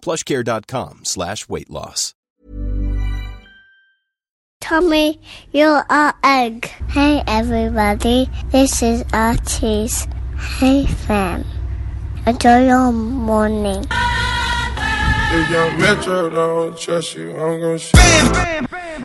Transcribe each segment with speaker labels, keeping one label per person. Speaker 1: Plushcare.com slash weight loss.
Speaker 2: Tommy, you're our egg. Hey everybody, this is our cheese. Hey fam, enjoy your morning.
Speaker 3: If young Metro don't trust you, I'm gonna shoot.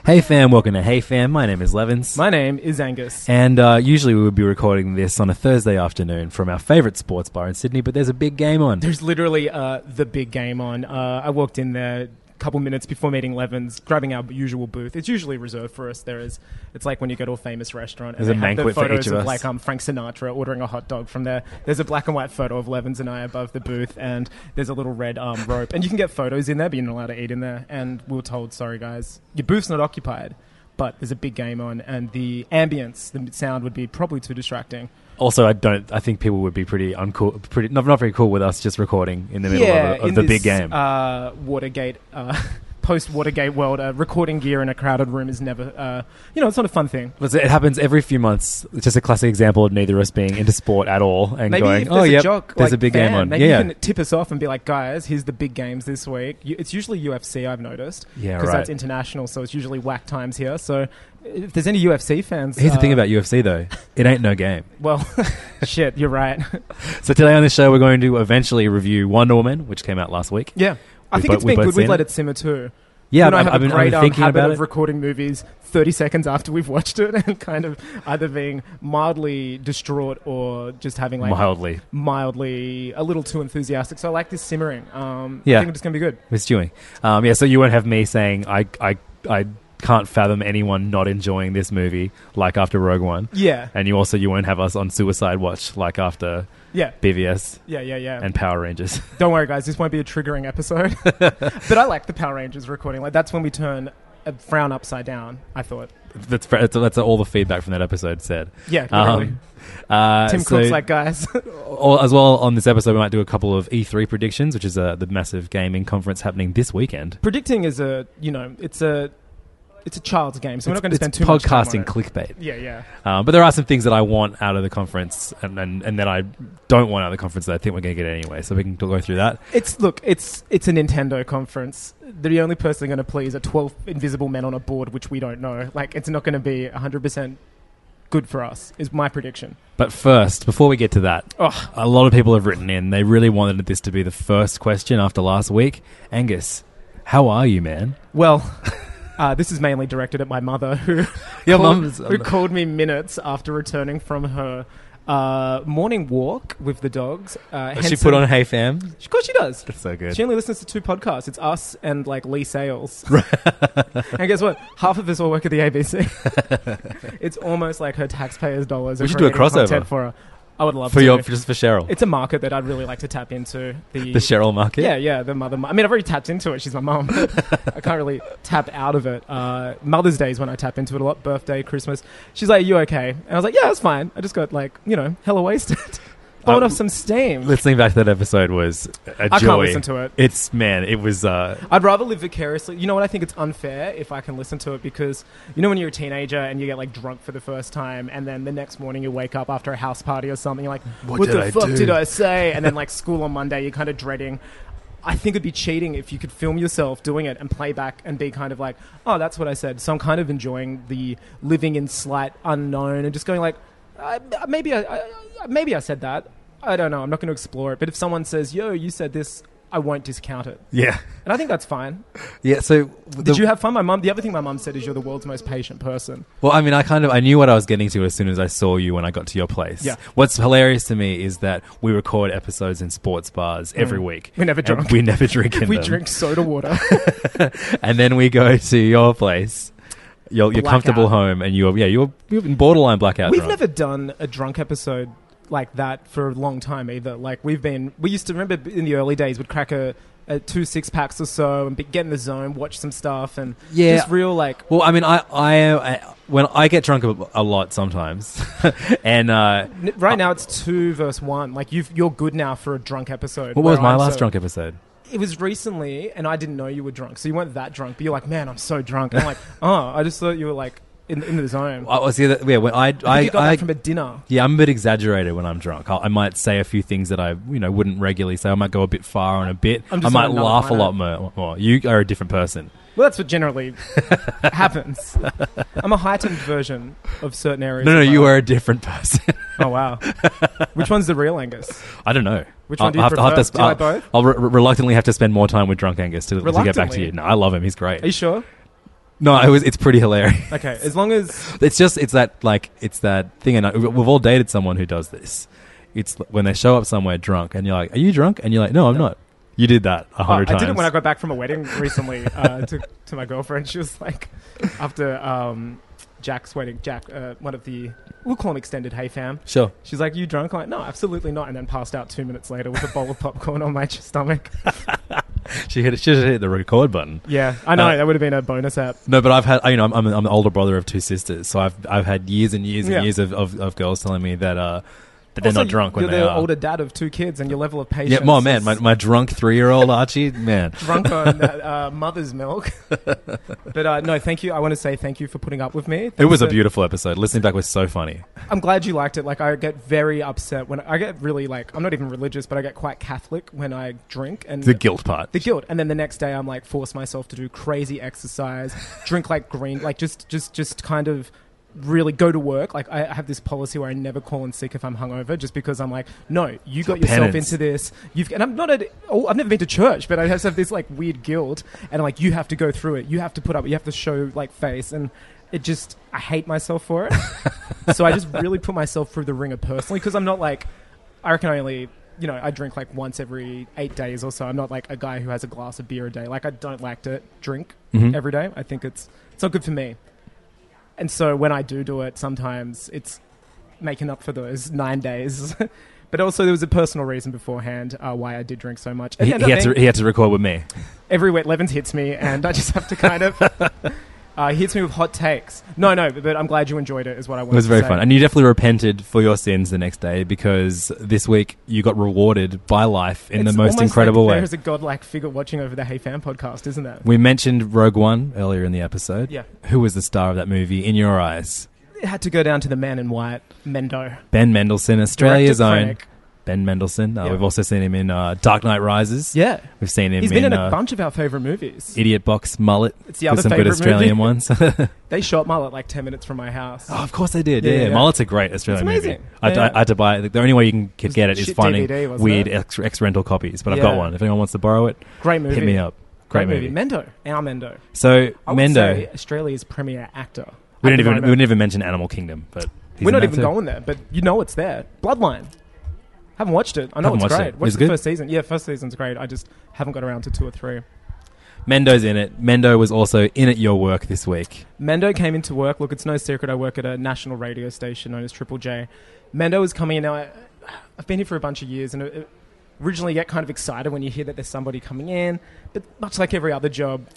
Speaker 4: Hey fam, welcome to Hey Fam. My name is Levins.
Speaker 5: My name is Angus.
Speaker 4: and uh, usually we would be recording this on a Thursday afternoon from our favourite sports bar in Sydney, but there's a big game on.
Speaker 5: There's literally uh, the big game on. Uh, I walked in there a couple minutes before meeting Levens, grabbing our usual booth. It's usually reserved for us. There is, it's like when you go to a famous restaurant and
Speaker 4: There's a
Speaker 5: they have the
Speaker 4: banquet for
Speaker 5: photos
Speaker 4: each of us.
Speaker 5: like um, Frank Sinatra ordering a hot dog from there. There's a black and white photo of Levens and I above the booth, and there's a little red um, rope. And you can get photos in there, but you're not allowed to eat in there. And we were told, sorry guys, your booth's not occupied. But there's a big game on, and the ambience, the sound would be probably too distracting.
Speaker 4: Also, I don't. I think people would be pretty uncool, pretty not, not very cool with us just recording in the middle of, a, of
Speaker 5: in
Speaker 4: the
Speaker 5: this,
Speaker 4: big game.
Speaker 5: Uh, Watergate, uh, post Watergate world, uh, recording gear in a crowded room is never, uh, you know, it's not a fun thing.
Speaker 4: But it happens every few months. It's just a classic example of neither of us being into sport at all and
Speaker 5: Maybe
Speaker 4: going,
Speaker 5: if there's
Speaker 4: "Oh
Speaker 5: a
Speaker 4: yeah,
Speaker 5: jock,
Speaker 4: there's
Speaker 5: like,
Speaker 4: a big
Speaker 5: fan,
Speaker 4: game on."
Speaker 5: Maybe
Speaker 4: Yeah,
Speaker 5: you can tip us off and be like, guys, here's the big games this week. You, it's usually UFC, I've noticed.
Speaker 4: Yeah,
Speaker 5: Because
Speaker 4: right.
Speaker 5: that's international, so it's usually whack times here. So if there's any UFC fans,
Speaker 4: Here's the
Speaker 5: uh,
Speaker 4: thing about UFC though, it ain't no game.
Speaker 5: well, shit, you're right.
Speaker 4: So today on this show, we're going to eventually review Wonder Woman, which came out last week.
Speaker 5: yeah. I
Speaker 4: We
Speaker 5: think
Speaker 4: bo-
Speaker 5: it's
Speaker 4: we
Speaker 5: been
Speaker 4: both
Speaker 5: good. We've
Speaker 4: seen
Speaker 5: let
Speaker 4: it?
Speaker 5: it simmer too.
Speaker 4: Yeah,
Speaker 5: You and I
Speaker 4: I've,
Speaker 5: have
Speaker 4: I've
Speaker 5: a
Speaker 4: been, I've
Speaker 5: great
Speaker 4: been
Speaker 5: um,
Speaker 4: thinking
Speaker 5: habit
Speaker 4: about
Speaker 5: of
Speaker 4: it.
Speaker 5: recording movies 30 seconds after we've watched it and kind of either being mildly distraught or just having like
Speaker 4: Mildly,
Speaker 5: mildly a little too enthusiastic. So I like this simmering. Um,
Speaker 4: Yeah.
Speaker 5: I think it's going to be good.
Speaker 4: Miss Dewey. Um, yeah, so you won't have me saying I, I, I can't fathom anyone not enjoying this movie like after Rogue One,
Speaker 5: Yeah.
Speaker 4: and you also you won't have us on Suicide Watch like after
Speaker 5: Yeah.
Speaker 4: BVS
Speaker 5: Yeah, yeah, yeah.
Speaker 4: and Power Rangers.
Speaker 5: Don't worry, guys. This won't be a triggering episode. but I like the Power Rangers recording. Like that's when we turn a frown upside down. I thought.
Speaker 4: that's, fr- that's that's all the feedback from that episode said.
Speaker 5: Yeah, really.
Speaker 4: Uh-huh. uh,
Speaker 5: Tim
Speaker 4: so-
Speaker 5: Cook's like, guys.
Speaker 4: all, as well on this episode, we might do a couple of E3 predictions, which is uh, the massive gaming conference happening this weekend.
Speaker 5: predicting is a you know it's a it's a child's game. So we're not going to spend
Speaker 4: It's
Speaker 5: too much time on
Speaker 4: podcasting
Speaker 5: it.
Speaker 4: clickbait.
Speaker 5: yeah, yeah.
Speaker 4: Uh, but there are some things that I want out of the conference, and, and, and that I don't want out of the conference that I think we're going to get anyway. So we can go through that.
Speaker 5: It's look, it's it's a Nintendo conference. The only person going to please are twelve invisible men on a board, which we don't know. Like, it's not going to be hundred percent good for us. Is my prediction.
Speaker 4: But first, before we get to that,
Speaker 5: Oh,
Speaker 4: a lot of people have written in. They really wanted this to be the first question after last week. Angus, how are you, man?
Speaker 5: well, uh, this is mainly directed at my mother, who
Speaker 4: Your uh,
Speaker 5: called,
Speaker 4: mum's-
Speaker 5: who called me minutes after returning from her. Uh, morning walk with the dogs. Uh,
Speaker 4: She
Speaker 5: hence-
Speaker 4: put on Hey Fam.
Speaker 5: Of course, she does.
Speaker 4: So good.
Speaker 5: She only listens to two podcasts. It's us and like Lee Sales. and guess what? Half of us all work at the ABC. it's almost like her taxpayers' dollars.
Speaker 4: We
Speaker 5: are
Speaker 4: should do a
Speaker 5: creating
Speaker 4: crossover.
Speaker 5: content for her. I would love
Speaker 4: For
Speaker 5: to.
Speaker 4: your, just for Cheryl.
Speaker 5: it's a market that I'd really like to tap into. The,
Speaker 4: the Cheryl market.
Speaker 5: yeah, yeah, the mother. mar- I mean, I've already tapped into it. She's my mum. I can't really tap out of it. Uh, Mother's Day is when I tap into it a lot. Birthday, Christmas. She's like, "You okay?" And I was like, "Yeah, it's fine. I just got like, you know, hella wasted, blowing
Speaker 4: Uh,
Speaker 5: off some steam."
Speaker 4: Listening back to that episode was a joy.
Speaker 5: I can't listen to it.
Speaker 4: It's man, it was. Uh,
Speaker 5: I'd rather live vicariously. You know what? I think it's unfair if I can listen to it because you know when you're a teenager and you get like drunk for the first time, and then the next morning you wake up after a house party or something, you're like, "What,
Speaker 4: did
Speaker 5: the
Speaker 4: I
Speaker 5: fuck
Speaker 4: do?"
Speaker 5: did I say?" And then like school on Monday, you're kind of dreading. I think it'd be cheating if you could film yourself doing it and play back and be kind of like, "Oh, that's what I said." So I'm kind of enjoying the living in slight unknown and just going like, I, "Maybe I, I, maybe I said that." I don't know. I'm not going to explore it. But if someone says, "Yo, you said this," I won't discount it.
Speaker 4: Yeah.
Speaker 5: And I think that's fine.
Speaker 4: Yeah. So the,
Speaker 5: Did you have fun? My mum. The other thing my mum said is you're the world's most patient person.
Speaker 4: Well, I mean, I kind of I knew what I was getting to as soon as I saw you when I got to your place.
Speaker 5: Yeah.
Speaker 4: What's hilarious to me is that we record episodes in sports bars every week.
Speaker 5: We're Mm. never
Speaker 4: And
Speaker 5: drunk.
Speaker 4: We never drink. In
Speaker 5: we
Speaker 4: them.
Speaker 5: drink soda water.
Speaker 4: and then we go to your place, your, your
Speaker 5: Blackout.
Speaker 4: comfortable home, and you're yeah you're you're in borderline blackout.
Speaker 5: We've
Speaker 4: drunk.
Speaker 5: never done a drunk episode like that for a long time either. Like we've been, we used to remember in the early days, we'd crack a, a two six packs or so and be, get in the zone, watch some stuff, and
Speaker 4: Yeah.
Speaker 5: just real like
Speaker 4: Well, I mean, I, I, I when I get drunk a, a lot sometimes, and uh,
Speaker 5: N- Right now, it's two versus one. Like you've, you're good now for a drunk episode.
Speaker 4: what
Speaker 5: where
Speaker 4: was my
Speaker 5: I'm
Speaker 4: last
Speaker 5: so-
Speaker 4: drunk episode?
Speaker 5: It was recently, and I didn't know you were drunk, so you weren't that drunk. But you're like, man, I'm so drunk. And I'm like, oh, I just thought you were like in, in the zone. I,
Speaker 4: I was yeah, yeah when I, I,
Speaker 5: think you got
Speaker 4: I-
Speaker 5: that from a dinner.
Speaker 4: yeah, I'm a bit exaggerated when I'm drunk. I'll, I might say a few things that I you know wouldn't regularly say. I might go a bit far on a bit.
Speaker 5: I'm
Speaker 4: I
Speaker 5: just
Speaker 4: might
Speaker 5: on another
Speaker 4: laugh a lot
Speaker 5: planet.
Speaker 4: more, more. You are a different person.
Speaker 5: Well, that's what generally happens. I'm a heightened version of certain areas.
Speaker 4: No, no,
Speaker 5: of my
Speaker 4: you
Speaker 5: life.
Speaker 4: are a different person.
Speaker 5: Oh wow. Which one's the real Angus?
Speaker 4: I don't know.
Speaker 5: Which
Speaker 4: I'll-
Speaker 5: one do you
Speaker 4: I'll have to- I'll have to
Speaker 5: prefer?
Speaker 4: sp-
Speaker 5: Do you like
Speaker 4: I'll-
Speaker 5: both?
Speaker 4: I'll re- re- reluctantly have to spend more time with drunk Angus to, to get back to
Speaker 5: Reluctantly?
Speaker 4: you. No, I love him. He's
Speaker 5: Are you
Speaker 4: great.
Speaker 5: sure?
Speaker 4: No, it was, it's pretty hilarious.
Speaker 5: Okay, as long as
Speaker 4: It's just it's that like it's that thing, and I, we've all dated someone who does this. It's l- when they show up somewhere drunk, and you're like, "Are you drunk?" And you're like, "No, I'm not." You did that a
Speaker 5: Oh, I
Speaker 4: hundred times.
Speaker 5: did it when I got back from a wedding recently uh, to, to my girlfriend. She was like, after um, Jack's wedding, Jack, uh, one of the, we'll call him extended, hey fam.
Speaker 4: sure.
Speaker 5: She's like, you drunk? I'm like, no, absolutely not. And then passed out two minutes later with a bowl of popcorn on my stomach.
Speaker 4: She hit. She should hit the record button.
Speaker 5: Yeah, I know.
Speaker 4: Uh,
Speaker 5: that would have been a bonus app.
Speaker 4: No, but I've had. I- You know, I'm, I'm, I'm the older brother of two sisters, so I've I've had years and years and
Speaker 5: Yeah.
Speaker 4: years of, of, of girls telling me that uh that they're
Speaker 5: Also,
Speaker 4: not drunk when
Speaker 5: you're
Speaker 4: they
Speaker 5: the
Speaker 4: are.
Speaker 5: older dad of two kids and your level of patience.
Speaker 4: yeah, my man,
Speaker 5: is
Speaker 4: my, my drunk three year old Archie, man.
Speaker 5: Drunk on uh, uh, mother's milk. but uh, no, thank you. I want to say thank you for putting up with me.
Speaker 4: It was a
Speaker 5: Thanks for-
Speaker 4: beautiful episode. Listening back was so funny.
Speaker 5: I'm glad you liked it. Like, I get very upset when I get really like I'm not even religious, but I get quite Catholic when I drink and
Speaker 4: The guilt part.
Speaker 5: The guilt, and then the next day I'm like force myself to do crazy exercise, drink like green, like just just just kind of really go to work. Like I have this policy where I never call in sick if I'm hungover, just because I'm like, no, you got yourself
Speaker 4: penance.
Speaker 5: into this. You've and I'm not at oh, I've never been to church, but I just have this like weird guilt, and I'm like you have to go through it. You have to put up. You have to show like face and. It just, I hate myself for it. so I just really put myself through the ringer personally because I'm not like, I reckon I only, you know, I drink like once every eight days or so. I'm not like a guy who has a glass of beer a day. Like I don't like to drink every day. I think it's it's not good for me. And so when I do do it, sometimes it's making up for those nine days. but also there was a personal reason beforehand uh, why I did drink so much. It
Speaker 4: He,
Speaker 5: ended
Speaker 4: he
Speaker 5: up
Speaker 4: had to
Speaker 5: being-
Speaker 4: he had to record with me.
Speaker 5: every wet Levens hits me, and I just have to kind of. Uh, he hits me with hot takes. No, no, but, but I'm glad you enjoyed it. Is what I wanted.
Speaker 4: It was very
Speaker 5: to say.
Speaker 4: fun. And you definitely repented for your sins the next day because this week you got rewarded by life in
Speaker 5: It's
Speaker 4: the most
Speaker 5: almost
Speaker 4: incredible
Speaker 5: like
Speaker 4: way.
Speaker 5: There is a godlike figure watching over the Hey Fan podcast, isn't there?
Speaker 4: we mentioned Rogue One earlier in the episode.
Speaker 5: Yeah.
Speaker 4: Who was the star of that movie in your eyes?
Speaker 5: It had to go down to the man in white, Mendo.
Speaker 4: Ben Mendelsohn, Australia's
Speaker 5: Directed
Speaker 4: own.
Speaker 5: Krennic.
Speaker 4: Ben Mendelsohn. Uh,
Speaker 5: Yeah.
Speaker 4: We've also seen him in uh, Dark Knight Rises.
Speaker 5: Yeah.
Speaker 4: We've seen him
Speaker 5: He's
Speaker 4: in,
Speaker 5: been in a
Speaker 4: uh,
Speaker 5: bunch of our favourite movies.
Speaker 4: Idiot Box Mullet.
Speaker 5: It's the other
Speaker 4: with some good
Speaker 5: favourite
Speaker 4: Australian
Speaker 5: movie.
Speaker 4: ones. oh,
Speaker 5: They shot Mullet like 10 minutes from my house.
Speaker 4: of course they did. Yeah,
Speaker 5: Yeah, yeah.
Speaker 4: Mullet's a great Australian
Speaker 5: It's
Speaker 4: movie.
Speaker 5: amazing.
Speaker 4: I,
Speaker 5: Yeah.
Speaker 4: I, I had to buy it. The only way you can
Speaker 5: It was
Speaker 4: get it is
Speaker 5: shit
Speaker 4: finding
Speaker 5: DVD, wasn't
Speaker 4: weird
Speaker 5: it?
Speaker 4: ex, ex rental copies. But I've got
Speaker 5: Yeah.
Speaker 4: one. If anyone wants to borrow it,
Speaker 5: Great movie.
Speaker 4: Hit me up. Great, movie.
Speaker 5: Mendo. Our Mendo.
Speaker 4: So
Speaker 5: I would
Speaker 4: Mendo,
Speaker 5: say Australia's premier actor.
Speaker 4: we didn't
Speaker 5: at the
Speaker 4: even we
Speaker 5: moment.
Speaker 4: didn't even mention Animal Kingdom, but he's in
Speaker 5: We're not
Speaker 4: that
Speaker 5: even
Speaker 4: too.
Speaker 5: going there, but you know it's there. Bloodline. Haven't watched it. I know
Speaker 4: Haven't
Speaker 5: it's
Speaker 4: watched
Speaker 5: great.
Speaker 4: it.
Speaker 5: Watched
Speaker 4: Is it
Speaker 5: the
Speaker 4: good?
Speaker 5: first season. Yeah, first season's great. I just haven't got around to two or three.
Speaker 4: Mendo's in it. Mendo was also in at your work this week.
Speaker 5: Mendo came into work. Look, it's no secret I work at a national radio station known as Triple J. Mendo was coming in. Now, I, I've been here for a bunch of years, and uh, originally you get kind of excited when you hear that there's somebody coming in. But much like every other job,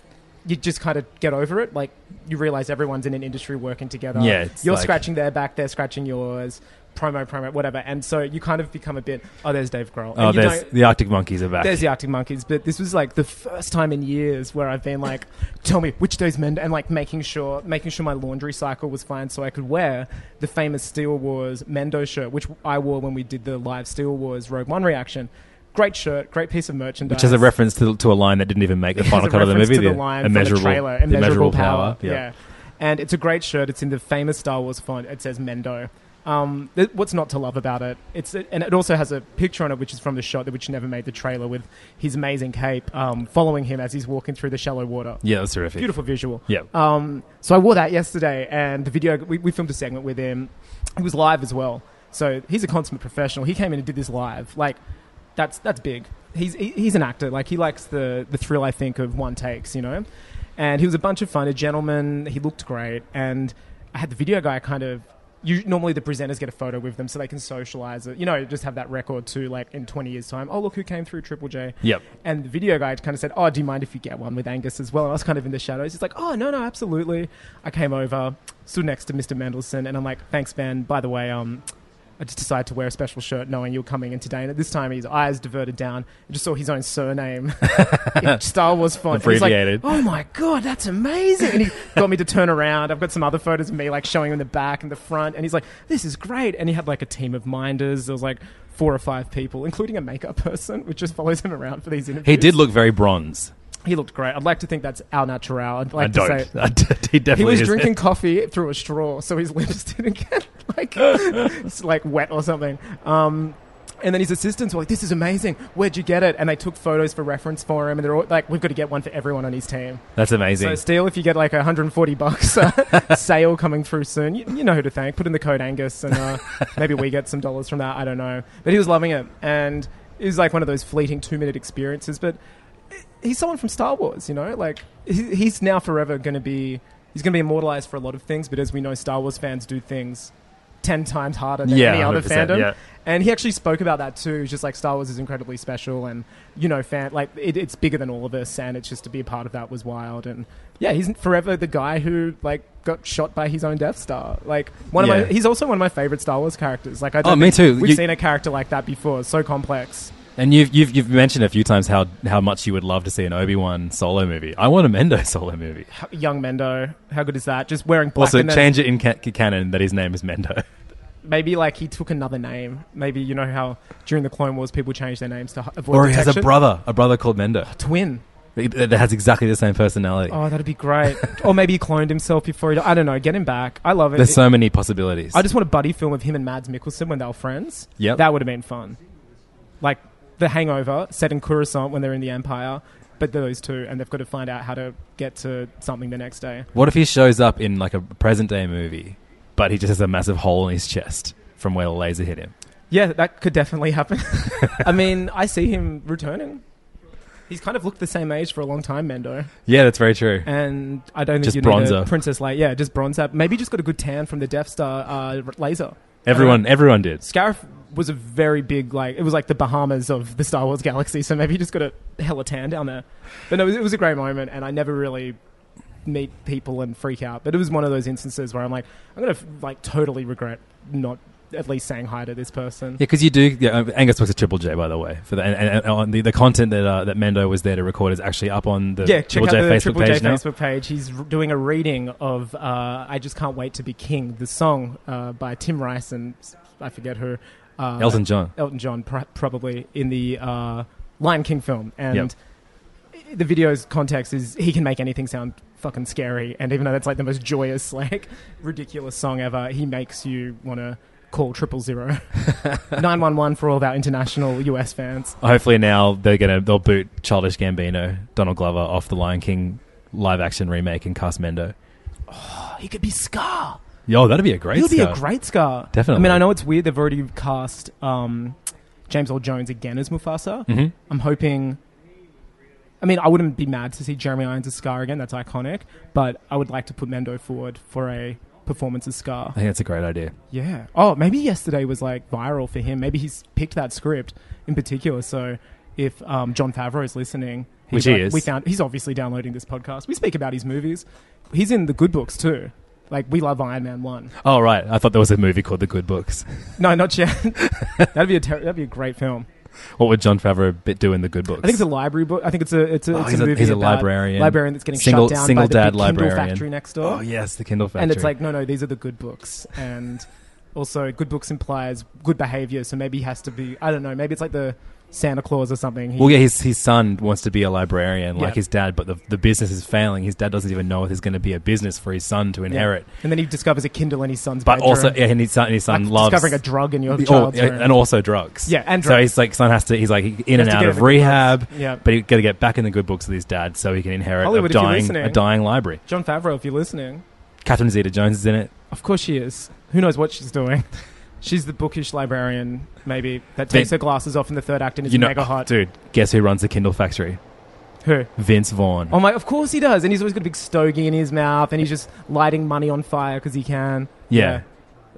Speaker 5: you just kind of get over it. Like you realize everyone's in an industry working together.
Speaker 4: Yeah, it's
Speaker 5: you're
Speaker 4: like-
Speaker 5: scratching their back, they're scratching yours. Promo, promo, whatever. And so you kind of become a bit. Oh, there's Dave Grohl.
Speaker 4: Oh,
Speaker 5: and you
Speaker 4: there's
Speaker 5: don't-
Speaker 4: the Arctic Monkeys are back.
Speaker 5: there's the Arctic Monkeys, but this was like the first time in years where I've been like, tell me which days Mendo, and like making sure making sure my laundry cycle was fine so I could wear the famous Steel Wars Mendo shirt, which I wore when we did the live Steel Wars Rogue One reaction. Great shirt, great piece of merchandise.
Speaker 4: which is a reference to, to a line that didn't even make the
Speaker 5: It's
Speaker 4: final
Speaker 5: a
Speaker 4: cut of the
Speaker 5: reference
Speaker 4: movie.
Speaker 5: to the line from
Speaker 4: immeasurable,
Speaker 5: the trailer,
Speaker 4: the
Speaker 5: immeasurable power.
Speaker 4: Yeah.
Speaker 5: yeah, and it's a great shirt. It's in the famous Star Wars font. It says Mendo. Um, th- what's not to love about it? It's and it also has a picture on it, which is from the shot that which never made the trailer with his amazing cape, um, following him as he's walking through the shallow water.
Speaker 4: Yeah, that's terrific.
Speaker 5: Beautiful visual.
Speaker 4: Yeah.
Speaker 5: Um, so I wore that yesterday, and the video we, we filmed a segment with him. He was live as well, so he's a consummate professional. He came in and did this live. Like, that's that's big. He's he- he's an actor. Like he likes the the thrill. I think of one takes. You know, and he was a bunch of fun. A gentleman. He looked great, and I had the video guy kind of. You, normally the presenters get a photo with them so they can socialize it. You know, just have that record too. Like in twenty years' time, oh look who came through Triple J.
Speaker 4: Yep.
Speaker 5: And the video guy kind of said, "Oh, do you mind if you get one with Angus as well?" And I was kind of in the shadows. He's like, "Oh, no, no, absolutely." I came over, stood next to Mr. Mendelson, and I'm like, "Thanks, Ben. By the way, um, I just decided to wear a special shirt, knowing you're coming in today." And at this time, his eyes diverted down and just saw his own surname in Star Wars font. And he's like,
Speaker 4: Abbreviated.
Speaker 5: oh my god, that's amazing! And he got me to turn around. I've got some other photos of me like showing him the back and the front, and he's like, "This is great!" And he had like a team of minders. There was like four or five people, including a makeup person, which just follows him around for these interviews.
Speaker 4: He did look very bronze.
Speaker 5: He looked great. I'd like to think that's our natural. I'd like
Speaker 4: I
Speaker 5: to
Speaker 4: don't.
Speaker 5: say
Speaker 4: I d- he definitely
Speaker 5: he was
Speaker 4: isn't.
Speaker 5: drinking coffee through a straw, so his lips didn't get like it's like wet or something. Um, and then his assistants were like, "This is amazing. Where'd you get it?" And they took photos for reference for him. And they're all like, "We've got to get one for everyone on his team."
Speaker 4: That's amazing.
Speaker 5: So Steele, if you get like 140 bucks uh, sale coming through soon, you, you know who to thank. Put in the code Angus, and uh, maybe we get some dollars from that. I don't know, but he was loving it, and it was like one of those fleeting two minute experiences. But he's someone from Star Wars, you know. Like he, he's now forever going to be he's going to be immortalized for a lot of things. But as we know, Star Wars fans do things ten times harder than
Speaker 4: Yeah,
Speaker 5: any other
Speaker 4: 100%,
Speaker 5: fandom.
Speaker 4: yeah.
Speaker 5: And he actually spoke about that too. He's just like Star Wars is incredibly special, and you know, fan like it, it's bigger than all of us, and it's just to be a part of that was wild. And yeah, he's forever the guy who like got shot by his own Death Star. Like one
Speaker 4: Yeah.
Speaker 5: of my, he's also one of my favorite Star Wars characters. Like I don't
Speaker 4: Oh, me
Speaker 5: think
Speaker 4: too.
Speaker 5: We've
Speaker 4: You-
Speaker 5: seen a character like that before. So complex.
Speaker 4: and you've, you've you've mentioned a few times how how much you would love to see an Obi Wan solo movie. I want a Mendo solo movie.
Speaker 5: How- Young Mendo, how good is that? Just wearing black
Speaker 4: Also,
Speaker 5: and then-
Speaker 4: change it in ca- canon that his name is Mendo.
Speaker 5: maybe like he took another name. Maybe you know how during the Clone Wars people changed their names to h- avoid
Speaker 4: Or he
Speaker 5: detection.
Speaker 4: has a brother, a brother called Mendo
Speaker 5: twin.
Speaker 4: that has exactly the same personality.
Speaker 5: Oh, that'd be great. or maybe he cloned himself before he. I don't know. Get him back. I love it.
Speaker 4: There's so many possibilities.
Speaker 5: I just want a buddy film of him and Mads Mikkelsen when they were friends.
Speaker 4: Yep.
Speaker 5: that would have been fun. Like The Hangover, set in Coruscant when they're in the Empire, but those two, and they've got to find out how to get to something the next day.
Speaker 4: what if he shows up in like a present day movie, but he just has a massive hole in his chest from where the laser hit him?
Speaker 5: Yeah, that could definitely happen. I mean, I see him returning. He's kind of looked the same age for a long time, Mendo.
Speaker 4: Yeah, that's very true.
Speaker 5: and I don't think
Speaker 4: Just
Speaker 5: you need a
Speaker 4: bronzer.
Speaker 5: princess light. Yeah, just bronze up. Maybe just got a good tan from the Death Star uh, r- laser.
Speaker 4: Everyone, everyone did.
Speaker 5: Scarif was a very big like it was like the Bahamas of the Star Wars galaxy. So maybe he just got a hella tan down there. But no, it was, it was a great moment, and I never really meet people and freak out. But it was one of those instances where I'm like, I'm gonna like totally regret not at least saying hi to this person.
Speaker 4: Yeah, because you do. Yeah, uh, Angus works at Triple J, by the way. For the, and, and, and on the, the content that uh, that Mendo was there to record is actually up on the
Speaker 5: yeah, check
Speaker 4: Triple J
Speaker 5: out the
Speaker 4: Facebook
Speaker 5: Triple
Speaker 4: page
Speaker 5: J
Speaker 4: now.
Speaker 5: Facebook page. He's r- doing a reading of uh, "I Just Can't Wait to Be King," the song uh, by Tim Rice and s- I forget who. Uh,
Speaker 4: Elton John.
Speaker 5: Elton John, pr- probably in the uh, Lion King film, and
Speaker 4: Yep.
Speaker 5: i- the video's context is he can make anything sound fucking scary, and even though that's like the most joyous, like ridiculous song ever, he makes you want to call triple zero nine one one for all of our international US fans.
Speaker 4: Hopefully now they're gonna they'll boot Childish Gambino, Donald Glover off the Lion King live action remake and cast Mendo.
Speaker 5: Oh, He could be Scar.
Speaker 4: Yo, that'd be a great.
Speaker 5: He'll be a
Speaker 4: start.
Speaker 5: great Scar.
Speaker 4: Definitely.
Speaker 5: I mean, I know it's weird. They've already cast um, James Earl Jones again as Mufasa.
Speaker 4: Mhm.
Speaker 5: I'm hoping. I mean, I wouldn't be mad to see Jeremy Irons as Scar again. That's iconic. But I would like to put Mendo forward for a performance as Scar.
Speaker 4: I think that's a great idea.
Speaker 5: Yeah. Oh, maybe yesterday was like viral for him. Maybe he's picked that script in particular. So if um, John Favreau is listening, he's
Speaker 4: Which he
Speaker 5: like-
Speaker 4: is.
Speaker 5: we found he's obviously downloading this podcast. We speak about his movies. He's in the good books too. Like we love Iron Man one.
Speaker 4: Oh right, I thought there was a movie called The Good Books.
Speaker 5: No, not yet. that'd be a ter- that'd be a great film.
Speaker 4: What would John Favreau bit do in The Good Books?
Speaker 5: I think it's a library book. I think it's a it's a,
Speaker 4: Oh,
Speaker 5: it's
Speaker 4: he's
Speaker 5: a
Speaker 4: a-
Speaker 5: movie
Speaker 4: he's a
Speaker 5: about
Speaker 4: librarian.
Speaker 5: librarian that's getting
Speaker 4: Single-
Speaker 5: shut down
Speaker 4: single
Speaker 5: by the
Speaker 4: dad
Speaker 5: big
Speaker 4: librarian.
Speaker 5: Kindle factory next door.
Speaker 4: oh yes, the Kindle Factory.
Speaker 5: And it's like no, no, these are the good books and. Also, good books implies good behavior, so maybe he has to be. I don't know. Maybe it's like the Santa Claus or something. He-
Speaker 4: Well, yeah, his his son wants to be a librarian like
Speaker 5: Yeah.
Speaker 4: his dad, but the the business is failing. His dad doesn't even know if there's going to be a business for his son to
Speaker 5: yeah.
Speaker 4: inherit.
Speaker 5: And then he discovers a Kindle in his son's
Speaker 4: But
Speaker 5: bedroom.
Speaker 4: also, yeah, and his son, his son
Speaker 5: Like
Speaker 4: loves
Speaker 5: discovering a drug in your
Speaker 4: the- oh,
Speaker 5: child's
Speaker 4: yeah,
Speaker 5: room.
Speaker 4: and also drugs.
Speaker 5: Yeah, and
Speaker 4: so
Speaker 5: drugs.
Speaker 4: he's like son has to. He's like in
Speaker 5: has
Speaker 4: and
Speaker 5: to
Speaker 4: out
Speaker 5: get in the
Speaker 4: of
Speaker 5: good
Speaker 4: rehab,
Speaker 5: books. Yeah.
Speaker 4: but he's got to get back in the good books with his dad so he can inherit a
Speaker 5: Hollywood, if you're
Speaker 4: dying a
Speaker 5: listening.
Speaker 4: dying library.
Speaker 5: John Favreau, if you're listening,
Speaker 4: Catherine Zeta-Jones is in it.
Speaker 5: of course she is. Who knows what she's doing? She's the bookish librarian, maybe that
Speaker 4: They-
Speaker 5: takes her glasses off in the third act and is
Speaker 4: you know,
Speaker 5: mega hot.
Speaker 4: dude. Guess who runs the Kindle factory?
Speaker 5: Who?
Speaker 4: Vince Vaughn.
Speaker 5: Oh my! Of course he does, and he's always got a big stogie in his mouth, and he's just lighting money on fire because he can.
Speaker 4: yeah.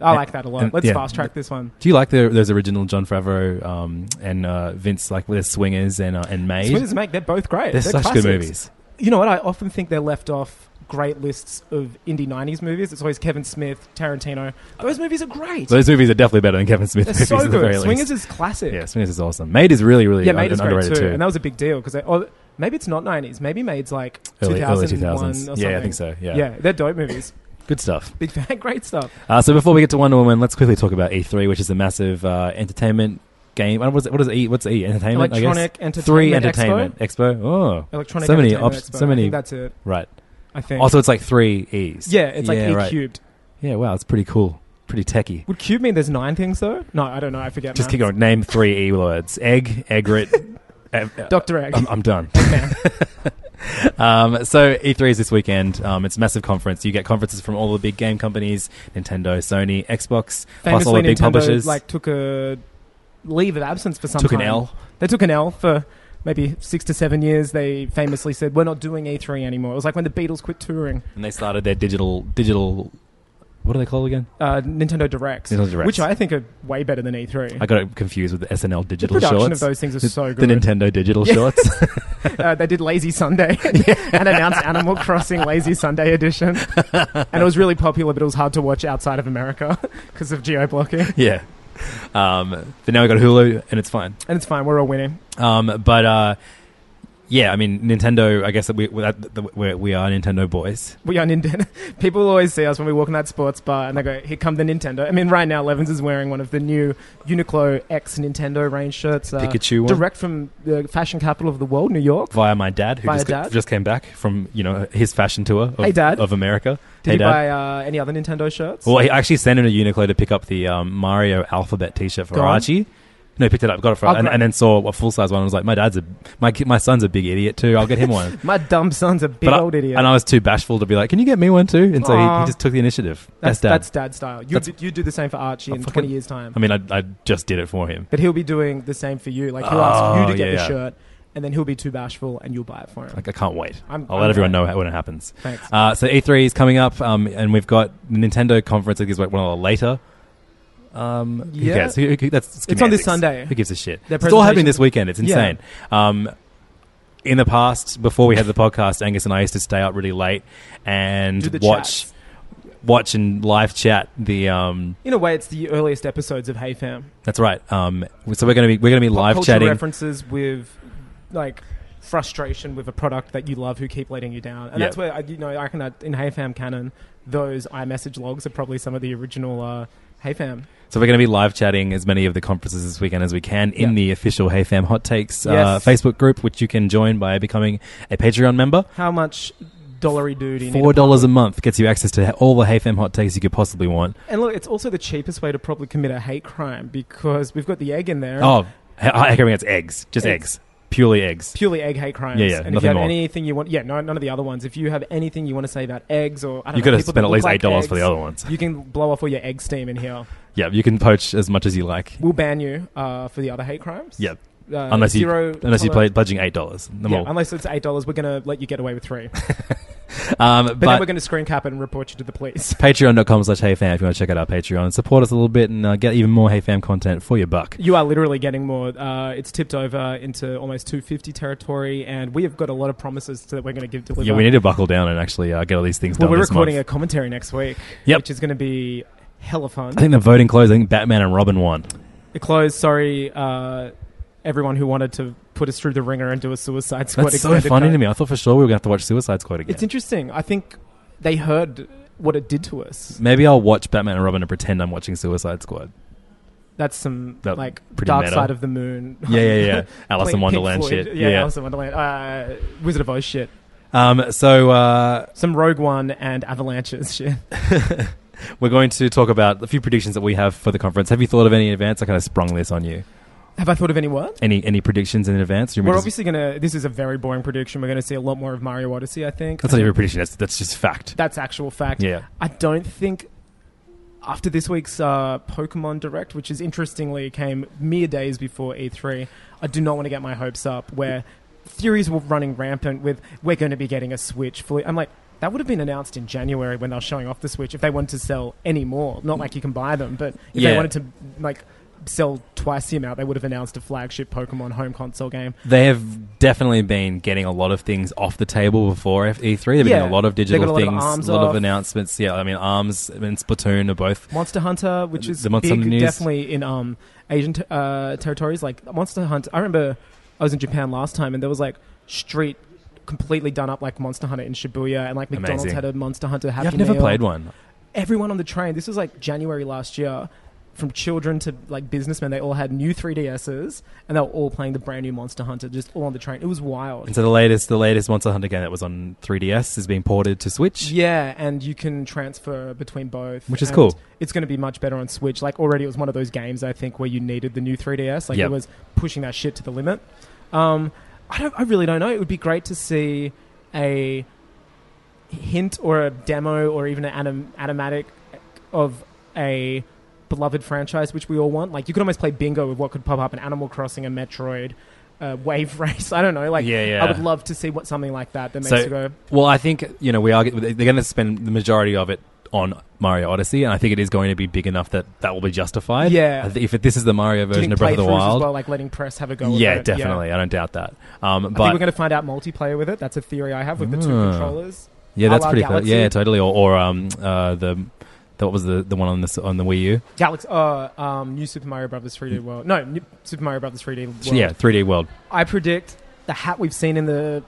Speaker 5: I like that a lot.
Speaker 4: And-
Speaker 5: Let's
Speaker 4: yeah.
Speaker 5: fast track this one.
Speaker 4: Do you like the, those original John Favreau um, and uh, Vince, like with the swingers and uh, and Maid?
Speaker 5: Swingers make they're both great.
Speaker 4: They're, such
Speaker 5: classics.
Speaker 4: good movies.
Speaker 5: You know what? I often think they're left off great lists of indie '90s movies. It's always Kevin Smith, Tarantino. Those movies are great.
Speaker 4: Those movies are definitely better than Kevin Smith
Speaker 5: they're
Speaker 4: movies.
Speaker 5: so
Speaker 4: at the very
Speaker 5: good. Swingers
Speaker 4: least.
Speaker 5: is classic.
Speaker 4: yeah, Swingers is awesome. Maid is really, really
Speaker 5: yeah,
Speaker 4: un-
Speaker 5: Made is great
Speaker 4: underrated
Speaker 5: too,
Speaker 4: too.
Speaker 5: and that was a big deal because or maybe it's not '90s, maybe Made's like
Speaker 4: early,
Speaker 5: 2001
Speaker 4: early
Speaker 5: or
Speaker 4: 2000s.
Speaker 5: something.
Speaker 4: Yeah, I think so. Yeah.
Speaker 5: Yeah, they're dope movies.
Speaker 4: good stuff.
Speaker 5: Big fan, great stuff.
Speaker 4: Uh, so before we get to Wonder Woman, let's quickly talk about E3, which is a massive uh, entertainment game. What is it? What is E? What's E? Entertainment. I guess.
Speaker 5: Electronic
Speaker 4: Three
Speaker 5: Entertainment
Speaker 4: entertainment expo. Oh,
Speaker 5: Electronic
Speaker 4: So many
Speaker 5: Entertainment
Speaker 4: ops-
Speaker 5: Expo.
Speaker 4: so
Speaker 5: I
Speaker 4: many-
Speaker 5: think that's it.
Speaker 4: right.
Speaker 5: I think.
Speaker 4: Also, it's like three E's.
Speaker 5: yeah, it's like E
Speaker 4: right.
Speaker 5: cubed.
Speaker 4: Yeah, wow, it's pretty cool. Pretty techie.
Speaker 5: Would cube mean there's nine things though? No, I don't know. I forget.
Speaker 4: Just
Speaker 5: maths.
Speaker 4: keep going. Name three E words: egg, egret. ev-
Speaker 5: Doctor Egg.
Speaker 4: I'm, I'm done. um, so E3 is this weekend. Um, it's a massive conference. You get conferences from all the big game companies: Nintendo, Sony, Xbox, plus all
Speaker 5: Famously,
Speaker 4: the big
Speaker 5: Nintendo
Speaker 4: publishers.
Speaker 5: like took a leave of absence for some
Speaker 4: took an
Speaker 5: time.
Speaker 4: L.
Speaker 5: They took an L for maybe six to seven years. They famously said we're not doing E3 anymore. It was like when the Beatles quit touring.
Speaker 4: and they started their digital digital. What are they called again?
Speaker 5: Uh, Nintendo Directs,
Speaker 4: Nintendo Directs.
Speaker 5: which I think are way better than E E3.
Speaker 4: I got it confused with the SNL
Speaker 5: the
Speaker 4: digital
Speaker 5: production
Speaker 4: shorts.
Speaker 5: of those things
Speaker 4: The-
Speaker 5: is so
Speaker 4: the
Speaker 5: good.
Speaker 4: Nintendo digital
Speaker 5: Yeah.
Speaker 4: shorts.
Speaker 5: uh, they did Lazy Sunday and announced Animal Crossing Lazy Sunday edition, and it was really popular, but it was hard to watch outside of America because of geo blocking.
Speaker 4: yeah. Um, but now we got Hulu, and it's fine.
Speaker 5: And it's fine, we're all winning.
Speaker 4: Um, but uh, yeah, I mean, Nintendo. I guess that we we- that- that we we are Nintendo boys.
Speaker 5: We are Nintendo. People always see us when we walk in that sports bar, and they go, "Here come the Nintendo." I mean, right now Levens is wearing one of the new Uniqlo X Nintendo range shirts, uh,
Speaker 4: Pikachu one.
Speaker 5: direct from the fashion capital of the world, New York.
Speaker 4: Via my dad, who
Speaker 5: Via
Speaker 4: just,
Speaker 5: dad?
Speaker 4: just came back from you know his fashion tour of,
Speaker 5: Hey, Dad.
Speaker 4: of America.
Speaker 5: Did
Speaker 4: hey,
Speaker 5: you
Speaker 4: dad.
Speaker 5: buy uh, any other Nintendo shirts?
Speaker 4: well, he actually sent in a Uniqlo to pick up the um, Mario alphabet T-shirt for
Speaker 5: Go on.
Speaker 4: Archie. No, he picked it up, got it for,
Speaker 5: Oh,
Speaker 4: and,
Speaker 5: great.
Speaker 4: and then saw a full size one. and was like, my dad's a my ki- my son's a big idiot too. I'll get him one.
Speaker 5: My dumb son's a big
Speaker 4: I-
Speaker 5: old idiot.
Speaker 4: And I was too bashful to be like, can you get me one too? And so he, he
Speaker 5: Aw.
Speaker 4: just took the initiative. That's
Speaker 5: that's,
Speaker 4: dad.
Speaker 5: that's dad style. You,
Speaker 4: That's-
Speaker 5: do, you do the same for Archie
Speaker 4: I
Speaker 5: in
Speaker 4: fucking-
Speaker 5: twenty years time.
Speaker 4: I mean, I, I just did it for him.
Speaker 5: But he'll be doing the same for you. Like he'll ask
Speaker 4: Oh,
Speaker 5: you to get
Speaker 4: yeah,
Speaker 5: the
Speaker 4: yeah.
Speaker 5: shirt, and then he'll be too bashful, and you'll buy it for him.
Speaker 4: Like, I can't wait. i
Speaker 5: I'm-
Speaker 4: will
Speaker 5: I'm
Speaker 4: let everyone
Speaker 5: glad.
Speaker 4: know how- when it happens.
Speaker 5: Thanks.
Speaker 4: Uh, so E3 is coming up, um, and we've got Nintendo conference. I think is like one of the later. Um, who
Speaker 5: Yeah.
Speaker 4: cares? Who- who- that's
Speaker 5: It's on
Speaker 4: semantics.
Speaker 5: this Sunday.
Speaker 4: Who gives a shit?
Speaker 5: Their
Speaker 4: It's all happening
Speaker 5: presentation-
Speaker 4: this weekend. It's
Speaker 5: Yeah.
Speaker 4: insane. Um, in the past, before we had the podcast, Angus and I used to stay up really late and
Speaker 5: Do the
Speaker 4: watch,
Speaker 5: chats.
Speaker 4: watch and live chat the. Um,
Speaker 5: In a way, it's the earliest episodes of Hey Fam.
Speaker 4: that's right. Um, so we're gonna be we're gonna be
Speaker 5: Pop
Speaker 4: live
Speaker 5: culture
Speaker 4: chatting.
Speaker 5: references with like frustration with a product that you love who keep letting you down, and
Speaker 4: Yeah.
Speaker 5: that's where I- you know I can in HeyFam canon those iMessage logs are probably some of the original uh, HeyFam.
Speaker 4: So we're going to be live chatting as many of the conferences this weekend as we can in
Speaker 5: Yeah.
Speaker 4: the official Hey Fam Hot Takes uh,
Speaker 5: Yes.
Speaker 4: Facebook group, which you can join by becoming a Patreon member.
Speaker 5: How much dollary do you need?
Speaker 4: Four dollars a month gets you access to all the Hey Fam Hot Takes you could possibly want.
Speaker 5: And look, it's also the cheapest way to probably commit a hate crime because we've got the egg in there.
Speaker 4: Oh, he- I reckon it's eggs, just eggs,
Speaker 5: Eggs.
Speaker 4: purely eggs.
Speaker 5: Purely egg hate crimes.
Speaker 4: Yeah, yeah,
Speaker 5: And if
Speaker 4: nothing
Speaker 5: you have
Speaker 4: more.
Speaker 5: anything you want, yeah, no, none of the other ones. If you have anything you want to say about eggs or I don't
Speaker 4: You
Speaker 5: know,
Speaker 4: got to
Speaker 5: people
Speaker 4: spend at
Speaker 5: that look
Speaker 4: least
Speaker 5: like
Speaker 4: eight dollars for the
Speaker 5: eggs,
Speaker 4: other ones.
Speaker 5: You can blow off all your egg steam in here.
Speaker 4: Yeah, you can poach as much as you like.
Speaker 5: We'll ban you uh, for the other hate crimes.
Speaker 4: Yeah,
Speaker 5: Uh,
Speaker 4: unless you
Speaker 5: zero
Speaker 4: unless you
Speaker 5: toler-
Speaker 4: play pledging eight dollars.
Speaker 5: Yeah, unless it's eight dollars, we're gonna let you get away with three. But,
Speaker 4: Um, but
Speaker 5: then we're gonna screen cap it and report you to the police.
Speaker 4: Patreon.com slash HeyFam if you want to check out our Patreon and support us a little bit and uh, get even more Hey Fam content for your buck.
Speaker 5: You are literally getting more. Uh, it's tipped over into almost 250 territory, and we have got a lot of promises that we're going to give deliver.
Speaker 4: Yeah, we need to buckle down and actually uh, get all these things
Speaker 5: Well,
Speaker 4: done.
Speaker 5: we're
Speaker 4: this
Speaker 5: recording
Speaker 4: month.
Speaker 5: a commentary next week,
Speaker 4: Yep.
Speaker 5: which is going to be hella fun.
Speaker 4: I think the voting closed. I think Batman and Robin won.
Speaker 5: It closed. Sorry, uh, everyone who wanted to put us through the ringer and do a Suicide Squad.
Speaker 4: That's so
Speaker 5: extended
Speaker 4: funny
Speaker 5: cut.
Speaker 4: to me. I thought for sure we were going to have to watch Suicide Squad again.
Speaker 5: It's interesting. I think they heard what it did to us.
Speaker 4: Maybe I'll watch Batman and Robin and pretend I'm watching Suicide Squad.
Speaker 5: That's some
Speaker 4: That-
Speaker 5: like
Speaker 4: pretty
Speaker 5: Dark
Speaker 4: meta.
Speaker 5: Side of the Moon.
Speaker 4: Yeah, yeah, yeah. Alice in
Speaker 5: Pink
Speaker 4: Wonderland
Speaker 5: Floyd.
Speaker 4: shit.
Speaker 5: Yeah,
Speaker 4: Yeah.
Speaker 5: Alice in Wonderland. Uh, Wizard of Oz shit.
Speaker 4: Um, so uh,
Speaker 5: Some Rogue One and Avalanches shit.
Speaker 4: we're going to talk about a few predictions that we have for the conference. Have you thought of any in advance? I kind of sprung this on you.
Speaker 5: Have I thought of any what?
Speaker 4: Any any predictions in advance? Do you
Speaker 5: We're
Speaker 4: remember-
Speaker 5: obviously gonna. This is a very boring prediction. We're gonna see a lot more of Mario Odyssey. I think
Speaker 4: that's not even a prediction. That's that's just fact.
Speaker 5: that's actual fact.
Speaker 4: yeah.
Speaker 5: I don't think after this week's uh, Pokemon Direct, which is interestingly came mere days before E3, I do not want to get my hopes up where theories were running rampant with we're going to be getting a Switch. Fully. I'm like, that would have been announced in January when they were showing off the Switch if they wanted to sell any more. Not like you can buy them, but if
Speaker 4: Yeah.
Speaker 5: they wanted to like sell twice the amount, they would have announced a flagship Pokemon home console game.
Speaker 4: They have definitely been getting a lot of things off the table before F- E3. They've been
Speaker 5: Yeah.
Speaker 4: getting a lot of
Speaker 5: They got
Speaker 4: digital
Speaker 5: a lot of
Speaker 4: things,
Speaker 5: Arms
Speaker 4: a lot of
Speaker 5: off.
Speaker 4: announcements. Yeah, I mean, Arms and Splatoon are both.
Speaker 5: Monster Hunter, which is
Speaker 4: The Monster
Speaker 5: big,
Speaker 4: Hunter news.
Speaker 5: definitely in um, Asian t- uh, territories. Like Monster Hunter, I remember I was in Japan last time, and there was like street completely done up like Monster Hunter in Shibuya, and like McDonald's
Speaker 4: Amazing.
Speaker 5: had a Monster Hunter. Happy
Speaker 4: Yeah, I've never
Speaker 5: Meal.
Speaker 4: played one.
Speaker 5: Everyone on the train. This was like January last year. From children to like businessmen, they all had new 3DSs, and they were all playing the brand new Monster Hunter, just all on the train. It was wild.
Speaker 4: And so the latest, the latest Monster Hunter game that was on 3DS is being ported to Switch.
Speaker 5: Yeah, and you can transfer between both,
Speaker 4: Which is
Speaker 5: and
Speaker 4: cool.
Speaker 5: It's going to be much better on Switch. Like already, it was one of those games I think where you needed the new 3DS. Like
Speaker 4: Yep.
Speaker 5: it was pushing that shit to the limit. Um, I don't. I really don't know. It would be great to see a hint or a demo or even an anim- animatic of a beloved franchise which we all want. Like you could almost play bingo with what could pop up in Animal Crossing, a Metroid, uh, Wave Race. I don't know. Like
Speaker 4: Yeah, yeah.
Speaker 5: I would love to see what something like that that makes
Speaker 4: So-
Speaker 5: you go.
Speaker 4: Well, I think you know we are. They're going to spend the majority of it on Mario Odyssey, and I think it is going to be big enough that that will be justified.
Speaker 5: Yeah.
Speaker 4: I thi- if it, this is the Mario
Speaker 5: Do you
Speaker 4: version
Speaker 5: think
Speaker 4: of Breath of the
Speaker 5: playthroughs
Speaker 4: Wild,
Speaker 5: as well, like letting press have a go.
Speaker 4: yeah,
Speaker 5: at it.
Speaker 4: definitely. I don't doubt that. Um,
Speaker 5: I think we're
Speaker 4: but
Speaker 5: going to find out multiplayer with it. That's a theory I have with the two
Speaker 4: Ah.
Speaker 5: controllers.
Speaker 4: yeah,
Speaker 5: a
Speaker 4: that's
Speaker 5: la
Speaker 4: pretty cool.
Speaker 5: Galaxy.
Speaker 4: Yeah, totally. Or, or um, uh, the, the what was the the one on the s- on the Wii U?
Speaker 5: Galaxy, uh, um, New Super Mario Brothers 3D World. No, New Super Mario Brothers 3D World.
Speaker 4: Mm. Yeah, 3D World.
Speaker 5: I predict the hat we've seen in the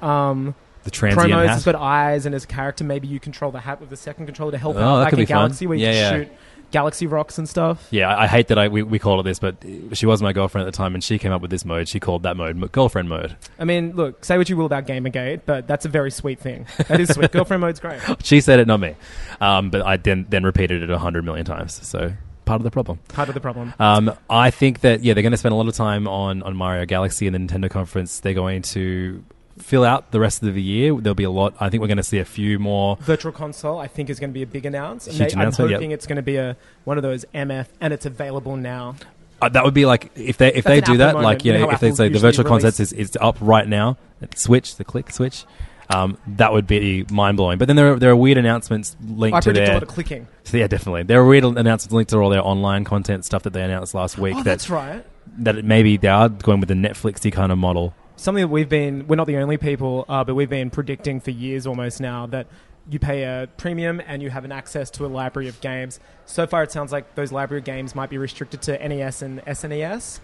Speaker 5: um,
Speaker 4: The transient
Speaker 5: promos
Speaker 4: hat.
Speaker 5: has got eyes and as a character. Maybe you control the hat with the second controller to help
Speaker 4: Oh,
Speaker 5: out,
Speaker 4: that
Speaker 5: like
Speaker 4: could
Speaker 5: in
Speaker 4: be fun.
Speaker 5: Galaxy, where you
Speaker 4: Yeah,
Speaker 5: can
Speaker 4: yeah.
Speaker 5: shoot Galaxy rocks and stuff.
Speaker 4: Yeah, I I hate that I we, we call it this, but she was my girlfriend at the time, and she came up with this mode. She called that mode m- girlfriend mode.
Speaker 5: I mean, look, say what you will about Gamergate, but that's a very sweet thing. That is sweet. Girlfriend mode's great.
Speaker 4: She said it, not me. Um, but I then then repeated it a hundred million times. So part of the problem.
Speaker 5: Part of the problem.
Speaker 4: Um, I think that yeah, they're going to spend a lot of time on on Mario Galaxy and the Nintendo conference. They're going to fill out the rest of the year. There'll be a lot. I think we're going to see a few more.
Speaker 5: Virtual console, I think, is going to be a big announce. And
Speaker 4: Huge
Speaker 5: they- I'm
Speaker 4: announcement, yep.
Speaker 5: hoping it's going to be a one of those MF, and it's available now.
Speaker 4: Uh, that would be like if they if
Speaker 5: That's
Speaker 4: they do
Speaker 5: an Apple
Speaker 4: that,
Speaker 5: moment.
Speaker 4: like you
Speaker 5: You
Speaker 4: know,
Speaker 5: know how
Speaker 4: if they
Speaker 5: Apple
Speaker 4: say the
Speaker 5: usually
Speaker 4: virtual
Speaker 5: release-
Speaker 4: concept is, is up right now, switch the click switch. Um, that would be mind blowing. But then there are, there are weird announcements linked
Speaker 5: I
Speaker 4: to
Speaker 5: predict a
Speaker 4: their
Speaker 5: lot of clicking.
Speaker 4: so yeah definitely there are weird announcements linked to all their online content stuff that they announced last week.
Speaker 5: Oh,
Speaker 4: that
Speaker 5: that's right.
Speaker 4: that it maybe they are going with a Netflixy kind of model.
Speaker 5: Something that we've been, we're not the only people, uh, but we've been predicting for years almost now that you pay a premium and you have an access to a library of games. So far, it sounds like those library of games might be restricted to NES and E SNES,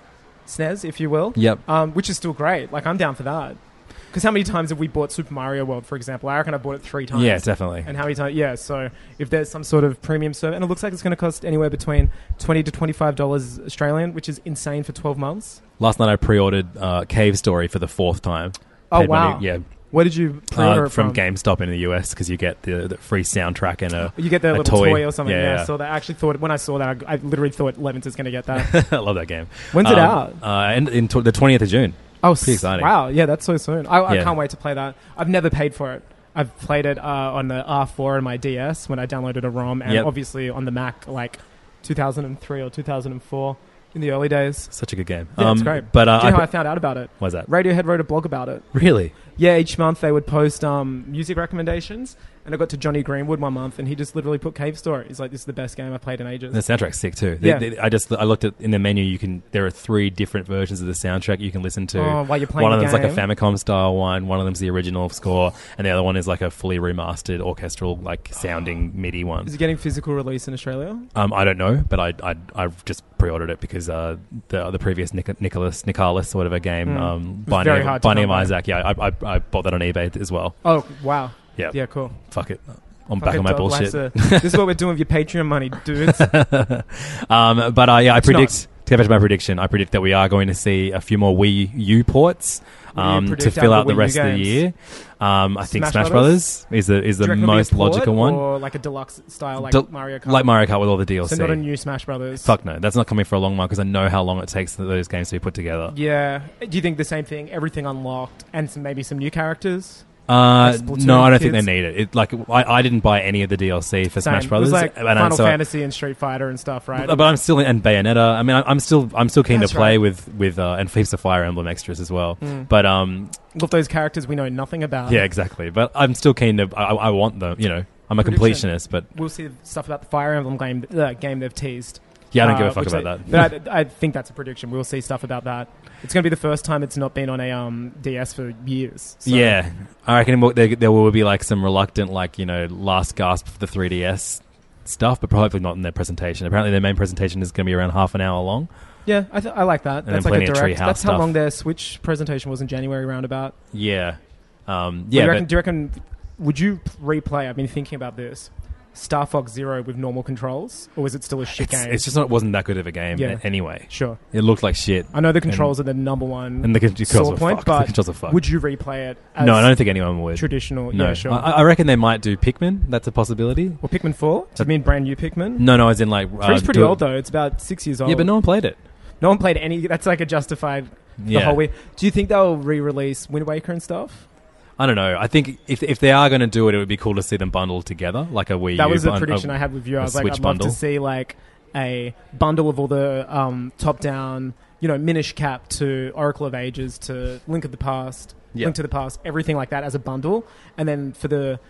Speaker 5: SNES, E if you will.
Speaker 4: Yep.
Speaker 5: Um, which is still great. Like, I'm down for that. Because how many times have we bought Super Mario World, for example? I reckon I bought it three times.
Speaker 4: Yeah, definitely.
Speaker 5: And how many times? Yeah. So if there's some sort of premium service, and it looks like it's going to cost anywhere between twenty to twenty-five dollars Australian, which is insane for twelve months.
Speaker 4: Last night I pre-ordered uh, Cave Story for the fourth time.
Speaker 5: Oh
Speaker 4: Paid money-
Speaker 5: wow!
Speaker 4: yeah,
Speaker 5: Where did you pre-order
Speaker 4: uh,
Speaker 5: it
Speaker 4: from
Speaker 5: from?
Speaker 4: GameStop in the US because you get the, the free soundtrack and a.
Speaker 5: You get the
Speaker 4: A
Speaker 5: little
Speaker 4: toy.
Speaker 5: toy. or something.
Speaker 4: Yeah,
Speaker 5: Yeah.
Speaker 4: yeah.
Speaker 5: So that I actually thought when I saw that, I, I literally thought Levins is going to get that.
Speaker 4: I love that game.
Speaker 5: When's it
Speaker 4: Um,
Speaker 5: out?
Speaker 4: Uh, and in tw the twentieth of June.
Speaker 5: Oh,
Speaker 4: Pretty
Speaker 5: s-
Speaker 4: exciting.
Speaker 5: Wow, yeah, that's so soon. I, I
Speaker 4: Yeah.
Speaker 5: can't wait to play that. I've never paid for it. I've played it uh, on the R4 and my DS when I downloaded a ROM, and
Speaker 4: Yep.
Speaker 5: obviously on the Mac, like 2003 or 2004 in the early days.
Speaker 4: Such a good game.
Speaker 5: Yeah, it's great.
Speaker 4: But uh,
Speaker 5: Do you know how
Speaker 4: I,
Speaker 5: I found out about it?
Speaker 4: why's that?
Speaker 5: Radiohead wrote a blog about it.
Speaker 4: Really?
Speaker 5: Yeah, each month they would post um, music recommendations, and I got to Johnny Greenwood one month, and he just literally put Cave Story. He's like, "This is the best game I've played in ages."
Speaker 4: And the soundtrack's sick too. They-
Speaker 5: Yeah.
Speaker 4: they- I just I looked at in the menu. You can there are three different versions of the soundtrack you can listen to.
Speaker 5: Oh, while you're playing
Speaker 4: one of
Speaker 5: the
Speaker 4: them's like a
Speaker 5: game.
Speaker 4: Famicom style one. One of them's the original score, and the other one is like a fully remastered orchestral like sounding MIDI one.
Speaker 5: Oh. Is it getting physical release in Australia?
Speaker 4: Um, I don't know, but I I I've just pre-ordered it because uh, the the previous Nic- Nicholas Nicholas or whatever game
Speaker 5: Mm.
Speaker 4: um,
Speaker 5: It was
Speaker 4: Binding,
Speaker 5: very
Speaker 4: of-
Speaker 5: hard to
Speaker 4: Binding of
Speaker 5: come by.
Speaker 4: Isaac. Yeah, I, I I bought that on eBay as well.
Speaker 5: Oh wow!
Speaker 4: Yeah,
Speaker 5: Yeah, cool.
Speaker 4: fuck it. I'm back on my
Speaker 5: Fucking dog
Speaker 4: bullshit.
Speaker 5: lasso. this is what we're doing with your Patreon money, dudes.
Speaker 4: Um, but uh, yeah, I
Speaker 5: not.
Speaker 4: predict. To get back to my prediction, I predict that we are going to see a few more Wii U ports
Speaker 5: do you
Speaker 4: um, to
Speaker 5: predict
Speaker 4: fill
Speaker 5: out
Speaker 4: out the
Speaker 5: of the Wii U
Speaker 4: rest of the
Speaker 5: games?
Speaker 4: year. Um, I think
Speaker 5: Smash
Speaker 4: Smash Brothers
Speaker 5: Brothers?
Speaker 4: is the is
Speaker 5: Do you
Speaker 4: the
Speaker 5: reckon it'll be a
Speaker 4: most
Speaker 5: port
Speaker 4: logical one,
Speaker 5: or like a deluxe style, like
Speaker 4: Del-
Speaker 5: Mario Kart.
Speaker 4: like Mario Kart with all the DLC.
Speaker 5: So not a new Smash Brothers.
Speaker 4: Fuck no, that's not coming for a long while because I know how long it takes for those games to be put together.
Speaker 5: Yeah. Do you think the same thing? Everything unlocked and some, maybe some new characters.
Speaker 4: Uh,
Speaker 5: Like Splatoon
Speaker 4: no, I don't think they
Speaker 5: kids.
Speaker 4: need it. it like I, I didn't buy any of the DLC for
Speaker 5: Same.
Speaker 4: Smash Brothers,
Speaker 5: It was like
Speaker 4: and I-
Speaker 5: Final
Speaker 4: so I-
Speaker 5: Fantasy and Street Fighter and stuff, right?
Speaker 4: but I'm still and Bayonetta. I mean, I, I'm still I'm still keen
Speaker 5: That's
Speaker 4: to play
Speaker 5: right. Mm.
Speaker 4: with with uh, and heaps of Fire Emblem extras as well. But um,
Speaker 5: All of those characters we know nothing about.
Speaker 4: yeah, exactly. But I'm still keen to. I, I want them. You know, I'm a
Speaker 5: Prediction.
Speaker 4: completionist, but
Speaker 5: We'll see stuff about the Fire Emblem game, uh, game they've teased.
Speaker 4: yeah, I don't give
Speaker 5: Uh,
Speaker 4: a fuck
Speaker 5: which
Speaker 4: about
Speaker 5: they-
Speaker 4: that.
Speaker 5: But I, I think that's a prediction. We'll see stuff about that. It's going to be the first time it's not been on a um, DS for years. So
Speaker 4: Yeah, I reckon we'll- there, there will be like some reluctant, like you know, last gasp for the 3DS stuff, but probably not in their presentation. Apparently, their main presentation is going to be around half an hour long.
Speaker 5: yeah, I, th- I like that.
Speaker 4: then
Speaker 5: That's like a
Speaker 4: plenty of
Speaker 5: direct.
Speaker 4: Treehouse
Speaker 5: That's how
Speaker 4: stuff.
Speaker 5: long their Switch presentation was in January roundabout.
Speaker 4: Yeah, um, yeah,
Speaker 5: Yeah, do, you reckon,
Speaker 4: but-
Speaker 5: do you reckon? Would you replay? I've been thinking about this. Star Fox Zero with normal controls, or is it still a shit
Speaker 4: it's,
Speaker 5: game?
Speaker 4: it's just not wasn't that good of a game
Speaker 5: Yeah.
Speaker 4: anyway.
Speaker 5: sure.
Speaker 4: It looked like shit.
Speaker 5: I know the controls are the number one
Speaker 4: And the con- controls
Speaker 5: sore
Speaker 4: are
Speaker 5: point,
Speaker 4: fucked. The
Speaker 5: but
Speaker 4: controls are fucked.
Speaker 5: would you replay it? As
Speaker 4: no, I don't think anyone would.
Speaker 5: traditional.
Speaker 4: no,
Speaker 5: Yeah, sure.
Speaker 4: I, I reckon they might do Pikmin. That's a possibility.
Speaker 5: or Pikmin Four? Do you mean brand new Pikmin?
Speaker 4: No, no, as in like uh,
Speaker 5: Three's pretty
Speaker 4: do it-
Speaker 5: old though. It's about six years old.
Speaker 4: Yeah, but no one played it.
Speaker 5: no one played any. That's like a justified the
Speaker 4: Yeah.
Speaker 5: whole way. Do you think they'll re-release Wind Waker and stuff?
Speaker 4: I don't know. I think if if they are going to do it, it would be cool to see them bundled together, like a Wii.
Speaker 5: That
Speaker 4: U
Speaker 5: was the
Speaker 4: bun-
Speaker 5: prediction
Speaker 4: a-
Speaker 5: I had with you. I
Speaker 4: a
Speaker 5: was like,
Speaker 4: Switch
Speaker 5: I'd love
Speaker 4: bundle.
Speaker 5: to see like a bundle of all the um, top-down, you know, Minish Cap to Oracle of Ages to Link of the Past,
Speaker 4: Yeah.
Speaker 5: Link to the Past, everything like that as a bundle, and then for the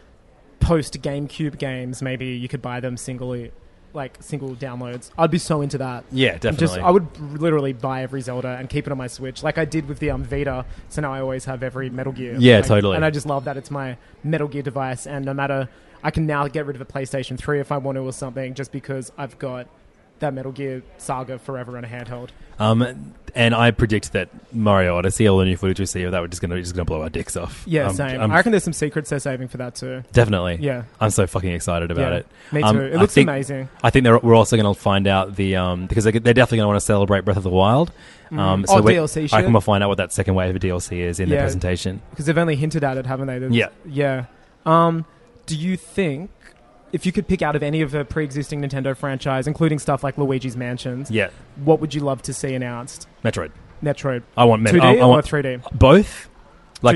Speaker 5: post GameCube games, maybe you could buy them singly, like single downloads. I'd be so into that.
Speaker 4: Yeah,
Speaker 5: I'm
Speaker 4: definitely.
Speaker 5: Just, I would literally buy every Zelda and keep it on my Switch, like I did with the um, Vita. So now I always have every Metal Gear.
Speaker 4: Yeah,
Speaker 5: Like,
Speaker 4: totally.
Speaker 5: And I just love that it's my Metal Gear device, and no matter, I can now get rid of a PlayStation Three if I want to or something, just because I've got that Metal Gear Saga forever on a handheld.
Speaker 4: Um, and I predict that Mario Odyssey, all the new footage we see of that, we're just gonna we're just gonna blow our dicks off.
Speaker 5: Yeah,
Speaker 4: Um,
Speaker 5: same.
Speaker 4: I'm-
Speaker 5: i reckon there's some secrets they're saving for that too.
Speaker 4: definitely.
Speaker 5: Yeah.
Speaker 4: I'm so fucking excited about
Speaker 5: Yeah,
Speaker 4: it.
Speaker 5: me
Speaker 4: Um,
Speaker 5: too. It
Speaker 4: I
Speaker 5: looks
Speaker 4: think-
Speaker 5: amazing.
Speaker 4: I think they're, we're also gonna find out the um because they're, they're definitely gonna want to celebrate Breath of the Wild. Um,
Speaker 5: Oh,
Speaker 4: we-
Speaker 5: DLC
Speaker 4: I reckon
Speaker 5: shit.
Speaker 4: we'll find out what that second wave of DLC is in their
Speaker 5: Yeah.
Speaker 4: presentation.
Speaker 5: because they've only hinted at it, haven't they? There's-
Speaker 4: Yeah.
Speaker 5: yeah. Um, do you think if you could pick out of any of the pre-existing Nintendo franchise, including stuff like Luigi's Mansions,
Speaker 4: Yeah,
Speaker 5: what would you love to see announced?
Speaker 4: Metroid.
Speaker 5: Metroid,
Speaker 4: I want Met-
Speaker 5: 2D
Speaker 4: I, I want
Speaker 5: or 3D?
Speaker 4: both.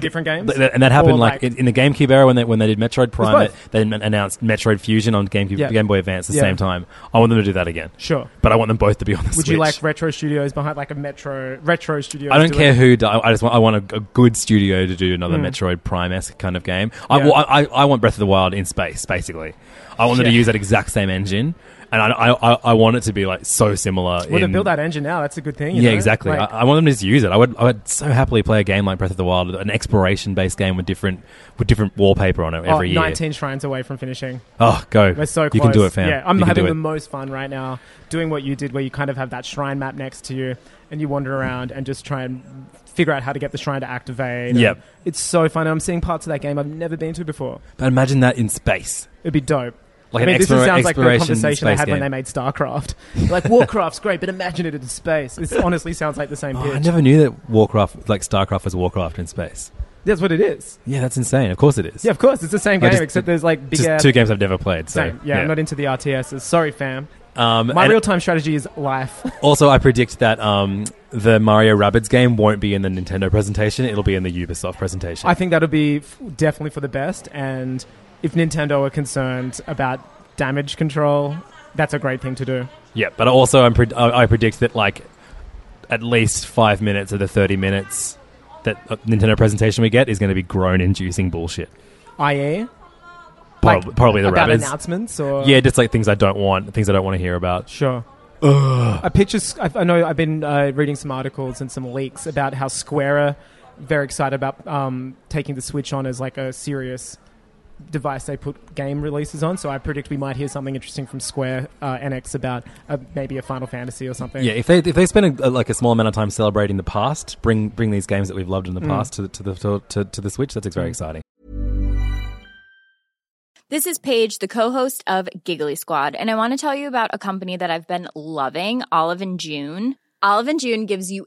Speaker 5: different games?
Speaker 4: th- th- and that happened
Speaker 5: Or,
Speaker 4: like,
Speaker 5: like-
Speaker 4: in, in the GameCube era when they when they did Metroid Prime, it,
Speaker 5: both.
Speaker 4: they m- announced Metroid Fusion on GameCube,
Speaker 5: Yeah.
Speaker 4: Game Boy Advance at the
Speaker 5: Yeah.
Speaker 4: same time. I want them to do that again,
Speaker 5: Sure.
Speaker 4: but I want them both to be on the
Speaker 5: Would
Speaker 4: Switch.
Speaker 5: you like Retro Studios behind like a Metro Retro Studio?
Speaker 4: I don't care who. di- I just want. I want a, a good studio to do another Metroid Prime esque kind of game. I,
Speaker 5: Hmm. Yeah.
Speaker 4: well, I, I I want Breath of the Wild in space. Basically, I want them to
Speaker 5: Yeah.
Speaker 4: use that exact same engine, and I I, I, I want it to be like so similar.
Speaker 5: Well, they
Speaker 4: in-
Speaker 5: build that engine now. That's a good thing. you
Speaker 4: Yeah,
Speaker 5: know?
Speaker 4: exactly.
Speaker 5: Like,
Speaker 4: I, I want them to just use it. I would. I would so happily play a game like Breath of the Wild, an exploration based game with different with different wallpaper on it
Speaker 5: oh,
Speaker 4: every year.
Speaker 5: 19 shrines away from finishing.
Speaker 4: Oh, go!
Speaker 5: We're so close.
Speaker 4: You can do it, fam.
Speaker 5: Yeah, I'm
Speaker 4: you can
Speaker 5: having
Speaker 4: do it.
Speaker 5: the most fun right now doing what you did, where you kind of have that shrine map next to you, and you wander around and just try and figure out how to get the shrine to activate.
Speaker 4: Yep.
Speaker 5: And it's so fun. and I'm seeing parts of that game I've never been to before.
Speaker 4: But imagine that in space,
Speaker 5: It'd be dope.
Speaker 4: like
Speaker 5: I mean,
Speaker 4: an
Speaker 5: this is-
Speaker 4: explora-
Speaker 5: sounds like the
Speaker 4: exploration
Speaker 5: conversation I
Speaker 4: space
Speaker 5: had when
Speaker 4: game.
Speaker 5: they made StarCraft. Like Warcraft's great, but imagine it in space. This honestly sounds like the same
Speaker 4: Oh, I
Speaker 5: pitch.
Speaker 4: never knew that Warcraft, like Starcraft, was Warcraft in space.
Speaker 5: That's what it is.
Speaker 4: Yeah, that's insane. Of course it is.
Speaker 5: Yeah, of course, it's the same
Speaker 4: I
Speaker 5: game,
Speaker 4: just-
Speaker 5: except there's like big
Speaker 4: just
Speaker 5: ass.
Speaker 4: two games I've never played. So
Speaker 5: Same. Yeah, I'm not into the RTSs. Sorry, fam.
Speaker 4: um,
Speaker 5: My
Speaker 4: and
Speaker 5: real time strategy is life.
Speaker 4: also, I predict that um, the Mario Rabbids game won't be in the Nintendo presentation. It'll be in the Ubisoft presentation.
Speaker 5: I think that'll be f- definitely for the best. And if Nintendo are concerned about damage control, that's a great thing to do.
Speaker 4: yeah, but also I'm pred- I I predict that like at least five minutes of the thirty minutes that uh, Nintendo presentation we get is going to be groan-inducing bullshit.
Speaker 5: I.e.,
Speaker 4: Prob- probably the
Speaker 5: E about
Speaker 4: Rabbids.
Speaker 5: announcements or
Speaker 4: Yeah, just like things I don't want, things I don't want to hear about.
Speaker 5: sure. I picture. s- I, I know I've been uh, reading some articles and some leaks about how Square are very excited about um, taking the Switch on as like a serious device they put game releases on. So I predict we might hear something interesting from Square uh, NX about uh, maybe a Final Fantasy or something.
Speaker 4: Yeah, if they if they spend a, like a small amount of time celebrating the past, bring bring these games that we've
Speaker 5: Mm.
Speaker 4: loved in the past to the, to the to, to the Switch. That's very exciting.
Speaker 6: This is Paige, the co-host of Giggly Squad, and I want to tell you about a company that I've been loving, Olive and June. Olive and June gives you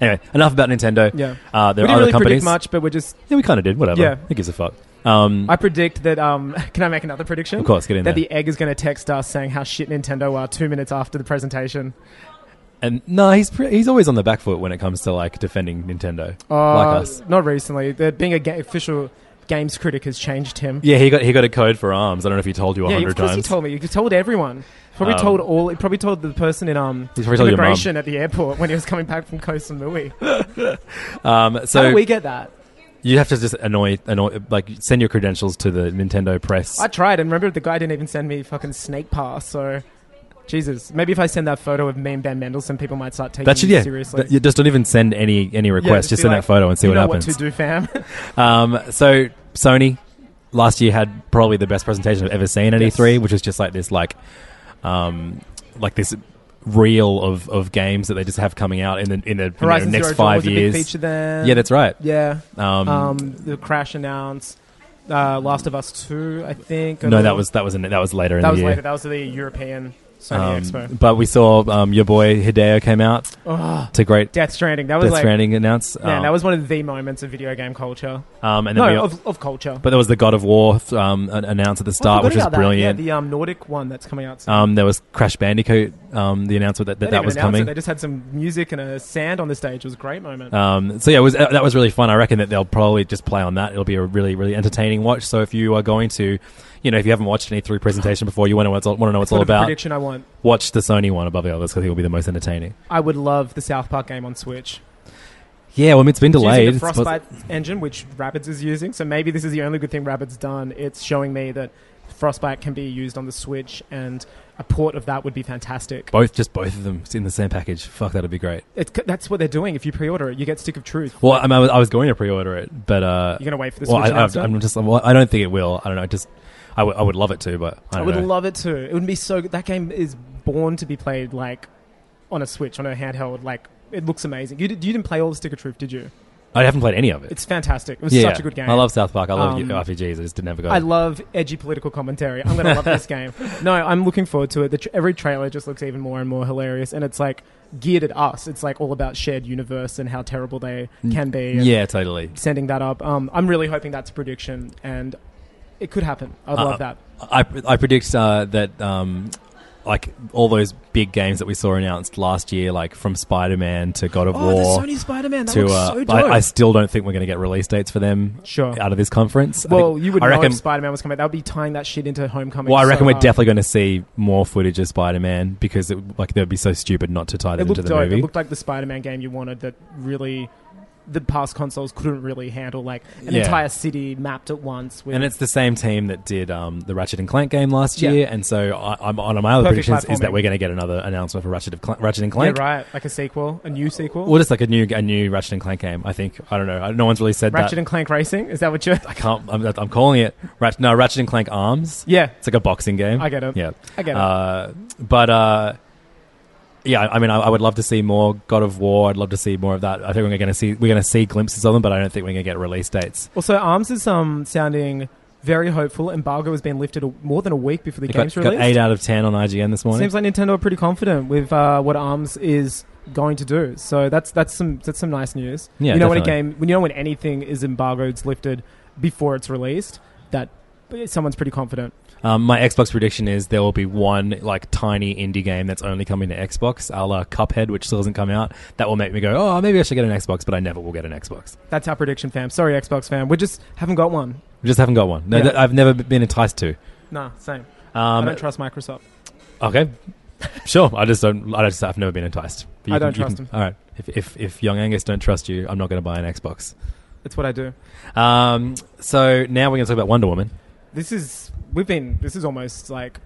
Speaker 4: Anyway, enough about Nintendo.
Speaker 5: Yeah.
Speaker 4: Uh, there are
Speaker 5: we didn't
Speaker 4: other
Speaker 5: really
Speaker 4: companies.
Speaker 5: predict much, but we're just.
Speaker 4: Yeah, we kind of did. Whatever.
Speaker 5: Yeah.
Speaker 4: Who gives a fuck? Um,
Speaker 5: I predict that. Um, can I make another prediction?
Speaker 4: Of course, get in
Speaker 5: That
Speaker 4: there.
Speaker 5: the egg is going to text us saying how shit Nintendo are two minutes after the presentation.
Speaker 4: and no, he's pre- he's always on the back foot when it comes to like defending Nintendo,
Speaker 5: Uh,
Speaker 4: like us.
Speaker 5: Not recently. The, being a ga- official games critic has changed him.
Speaker 4: Yeah, he got he got a code for arms. I don't know if he told you a
Speaker 5: Yeah,
Speaker 4: hundred
Speaker 5: of course
Speaker 4: times.
Speaker 5: he told me. He told everyone. Probably
Speaker 4: Um,
Speaker 5: told all. He probably told the person in um
Speaker 4: He's probably told your mum.
Speaker 5: immigration at the airport when he was coming back from Koh Samui.
Speaker 4: um, so
Speaker 5: How do we get that?
Speaker 4: you have to just annoy annoy like send your credentials to the Nintendo press.
Speaker 5: I tried, and remember the guy didn't even send me fucking snake pass. So, Jesus, maybe if I send that photo of me and Ben Mendelsohn, people might start taking
Speaker 4: that should
Speaker 5: me
Speaker 4: yeah.
Speaker 5: seriously.
Speaker 4: That- you just don't even send any any
Speaker 5: Yeah,
Speaker 4: requests. just
Speaker 5: be
Speaker 4: send
Speaker 5: like,
Speaker 4: that photo and see
Speaker 5: "You
Speaker 4: what
Speaker 5: know
Speaker 4: happens.
Speaker 5: What to do, fam?
Speaker 4: Um, so Sony last year had probably the best presentation I've ever seen at
Speaker 5: Yes.
Speaker 4: E3, which was just like this like um, like this reel of, of games that they just have coming out in the in the you know,
Speaker 5: Horizon
Speaker 4: next
Speaker 5: Zero Dawn
Speaker 4: five
Speaker 5: was a big
Speaker 4: years.
Speaker 5: feature then.
Speaker 4: yeah, that's right.
Speaker 5: yeah.
Speaker 4: Um,
Speaker 5: Um, the Crash announced, uh, Last of Us Two, I think. or
Speaker 4: no,
Speaker 5: the-
Speaker 4: that was that was in, that was later in
Speaker 5: that
Speaker 4: the
Speaker 5: was
Speaker 4: year.
Speaker 5: later. That was the European Sony
Speaker 4: Um,
Speaker 5: Expo.
Speaker 4: But we saw um, your boy Hideo came out
Speaker 5: Oh,
Speaker 4: to great
Speaker 5: Death Stranding. That was
Speaker 4: Death
Speaker 5: like
Speaker 4: Stranding announced.
Speaker 5: man,
Speaker 4: um,
Speaker 5: that was one of the moments of video game culture.
Speaker 4: um, and then we,
Speaker 5: No, of, of culture.
Speaker 4: but there was the God of War um, an- announced at the
Speaker 5: I
Speaker 4: start,
Speaker 5: forgot
Speaker 4: which was
Speaker 5: about that. Yeah,
Speaker 4: brilliant.
Speaker 5: the um, Nordic one that's coming out. soon.
Speaker 4: um, there was Crash Bandicoot, um, the announcement that that, that
Speaker 5: They didn't even
Speaker 4: was
Speaker 5: announce
Speaker 4: coming.
Speaker 5: It. They just had some music and a sand on the stage. It was a great moment.
Speaker 4: Um, so yeah, it was that was really fun. I reckon that they'll probably just play on that. It'll be a really really entertaining watch. So if you are going to, you know, if you haven't watched any three presentation before, you want to want to know what it's all
Speaker 5: Sort of a
Speaker 4: about.
Speaker 5: prediction I want.
Speaker 4: Watch the Sony one above the others because it will be the most entertaining.
Speaker 5: I would love the South Park game on Switch.
Speaker 4: Yeah, well, I mean, it's been
Speaker 5: It's
Speaker 4: delayed.
Speaker 5: Using the
Speaker 4: It's supposed-
Speaker 5: Frostbite engine, which Rabbids is using, so maybe this is the only good thing Rabbids done. It's showing me that Frostbite can be used on the Switch, and a port of that would be fantastic.
Speaker 4: both just both of them in the same package. Fuck, that'd be great.
Speaker 5: It's, that's what they're doing. If you pre-order it, you get Stick of Truth.
Speaker 4: Well, I, mean, I was, I was going to pre-order it, but uh,
Speaker 5: You're gonna wait for the
Speaker 4: well,
Speaker 5: Switch
Speaker 4: I, I've-
Speaker 5: announcement?
Speaker 4: I'm just well, I don't think it will. I don't know. I Just I would- I would love it to, but I,
Speaker 5: I,
Speaker 4: don't
Speaker 5: would
Speaker 4: know.
Speaker 5: love it too. It would be so good. That game is born to be played like on a Switch, on a handheld. Like it looks amazing. You, did, you didn't play all the Stick of Truth, did you?
Speaker 4: I haven't played any of it.
Speaker 5: It's fantastic. It was such a good game.
Speaker 4: I love South Park. I love
Speaker 5: Um,
Speaker 4: RPGs. I just didn't have a go.
Speaker 5: I love edgy political commentary. I'm going to love this game. No, I'm looking forward to it. The tr every trailer just looks even more and more hilarious, and it's like geared at us. It's like all about shared universe and how terrible they can be. and
Speaker 4: Mm, yeah, totally.
Speaker 5: sending that up. Um, I'm really hoping that's a prediction, and it could happen. I'd
Speaker 4: Uh,
Speaker 5: love that.
Speaker 4: I, I predict uh, that um, like all those big games that we saw announced last year, like from Spider Man to God
Speaker 5: Oh,
Speaker 4: of Oh, War
Speaker 5: Spider Man.
Speaker 4: to, uh, I, I still don't think we're going to get release dates for them
Speaker 5: Sure.
Speaker 4: out of this conference. I
Speaker 5: well,
Speaker 4: think-
Speaker 5: you would
Speaker 4: I
Speaker 5: know
Speaker 4: reckon.
Speaker 5: if Spider Man was coming. That would be tying that shit into Homecoming.
Speaker 4: well, I reckon
Speaker 5: so
Speaker 4: we're
Speaker 5: hard.
Speaker 4: definitely going to see more footage of Spider Man because it, like they would be so stupid not to tie that
Speaker 5: It
Speaker 4: into
Speaker 5: looked
Speaker 4: the
Speaker 5: dope.
Speaker 4: movie.
Speaker 5: It looked like the Spider Man game you wanted that really the past consoles couldn't really handle like an
Speaker 4: Yeah.
Speaker 5: entire city mapped at once. With
Speaker 4: And it's the same team that did um, the Ratchet and Clank game last
Speaker 5: Yeah.
Speaker 4: year, and so I, I'm on my other
Speaker 5: Perfect
Speaker 4: predictions is that
Speaker 5: platforming.
Speaker 4: we're going to get another announcement for Ratchet, of Clank, Ratchet and
Speaker 5: yeah,
Speaker 4: Clank.
Speaker 5: right, like a sequel, a new sequel.
Speaker 4: Or just like a new a new Ratchet and Clank game. I think I don't know. I- No one's really said
Speaker 5: Ratchet
Speaker 4: that.
Speaker 5: and Clank Racing is that what you're?
Speaker 4: I can't. I'm, I'm calling it Ratchet. No, Ratchet and Clank Arms.
Speaker 5: Yeah,
Speaker 4: It's like a boxing game.
Speaker 5: I get it.
Speaker 4: Yeah,
Speaker 5: I get it.
Speaker 4: Uh, but uh, yeah, I mean, I, I would love to see more God of War. I'd love to see more of that. I think we're going to see we're going to see glimpses of them, but I don't think we're going to get release dates.
Speaker 5: Also, Arms is um, sounding very hopeful. Embargo has been lifted a, more than a week before the
Speaker 4: It got,
Speaker 5: game's
Speaker 4: got
Speaker 5: release.
Speaker 4: eight out of ten on IGN this morning.
Speaker 5: Seems like Nintendo are pretty confident with uh, what Arms is going to do. So that's that's some that's some nice news.
Speaker 4: Yeah,
Speaker 5: you know when
Speaker 4: definitely.
Speaker 5: a game, when you know when anything is embargoed's lifted before it's released, that someone's pretty confident.
Speaker 4: um, my Xbox prediction is there will be one like tiny indie game that's only coming to Xbox, a la Cuphead, which still hasn't come out. That will make me go, oh, maybe I should get an Xbox, but I never will get an Xbox.
Speaker 5: That's our prediction, fam. Sorry, Xbox fam, we just haven't got one.
Speaker 4: We just haven't got one. No,
Speaker 5: Yeah.
Speaker 4: that I've never been enticed to.
Speaker 5: Nah, same. I
Speaker 4: Um,
Speaker 5: don't trust Microsoft.
Speaker 4: Okay. Sure. I just don't. I just I've never been enticed. But
Speaker 5: I don't
Speaker 4: you
Speaker 5: trust him.
Speaker 4: All right. If, if if young Angus don't trust you, I'm not going to buy an Xbox.
Speaker 5: It's what I do.
Speaker 4: Um. So now we're going to talk about Wonder Woman.
Speaker 5: This is we've been. This is almost like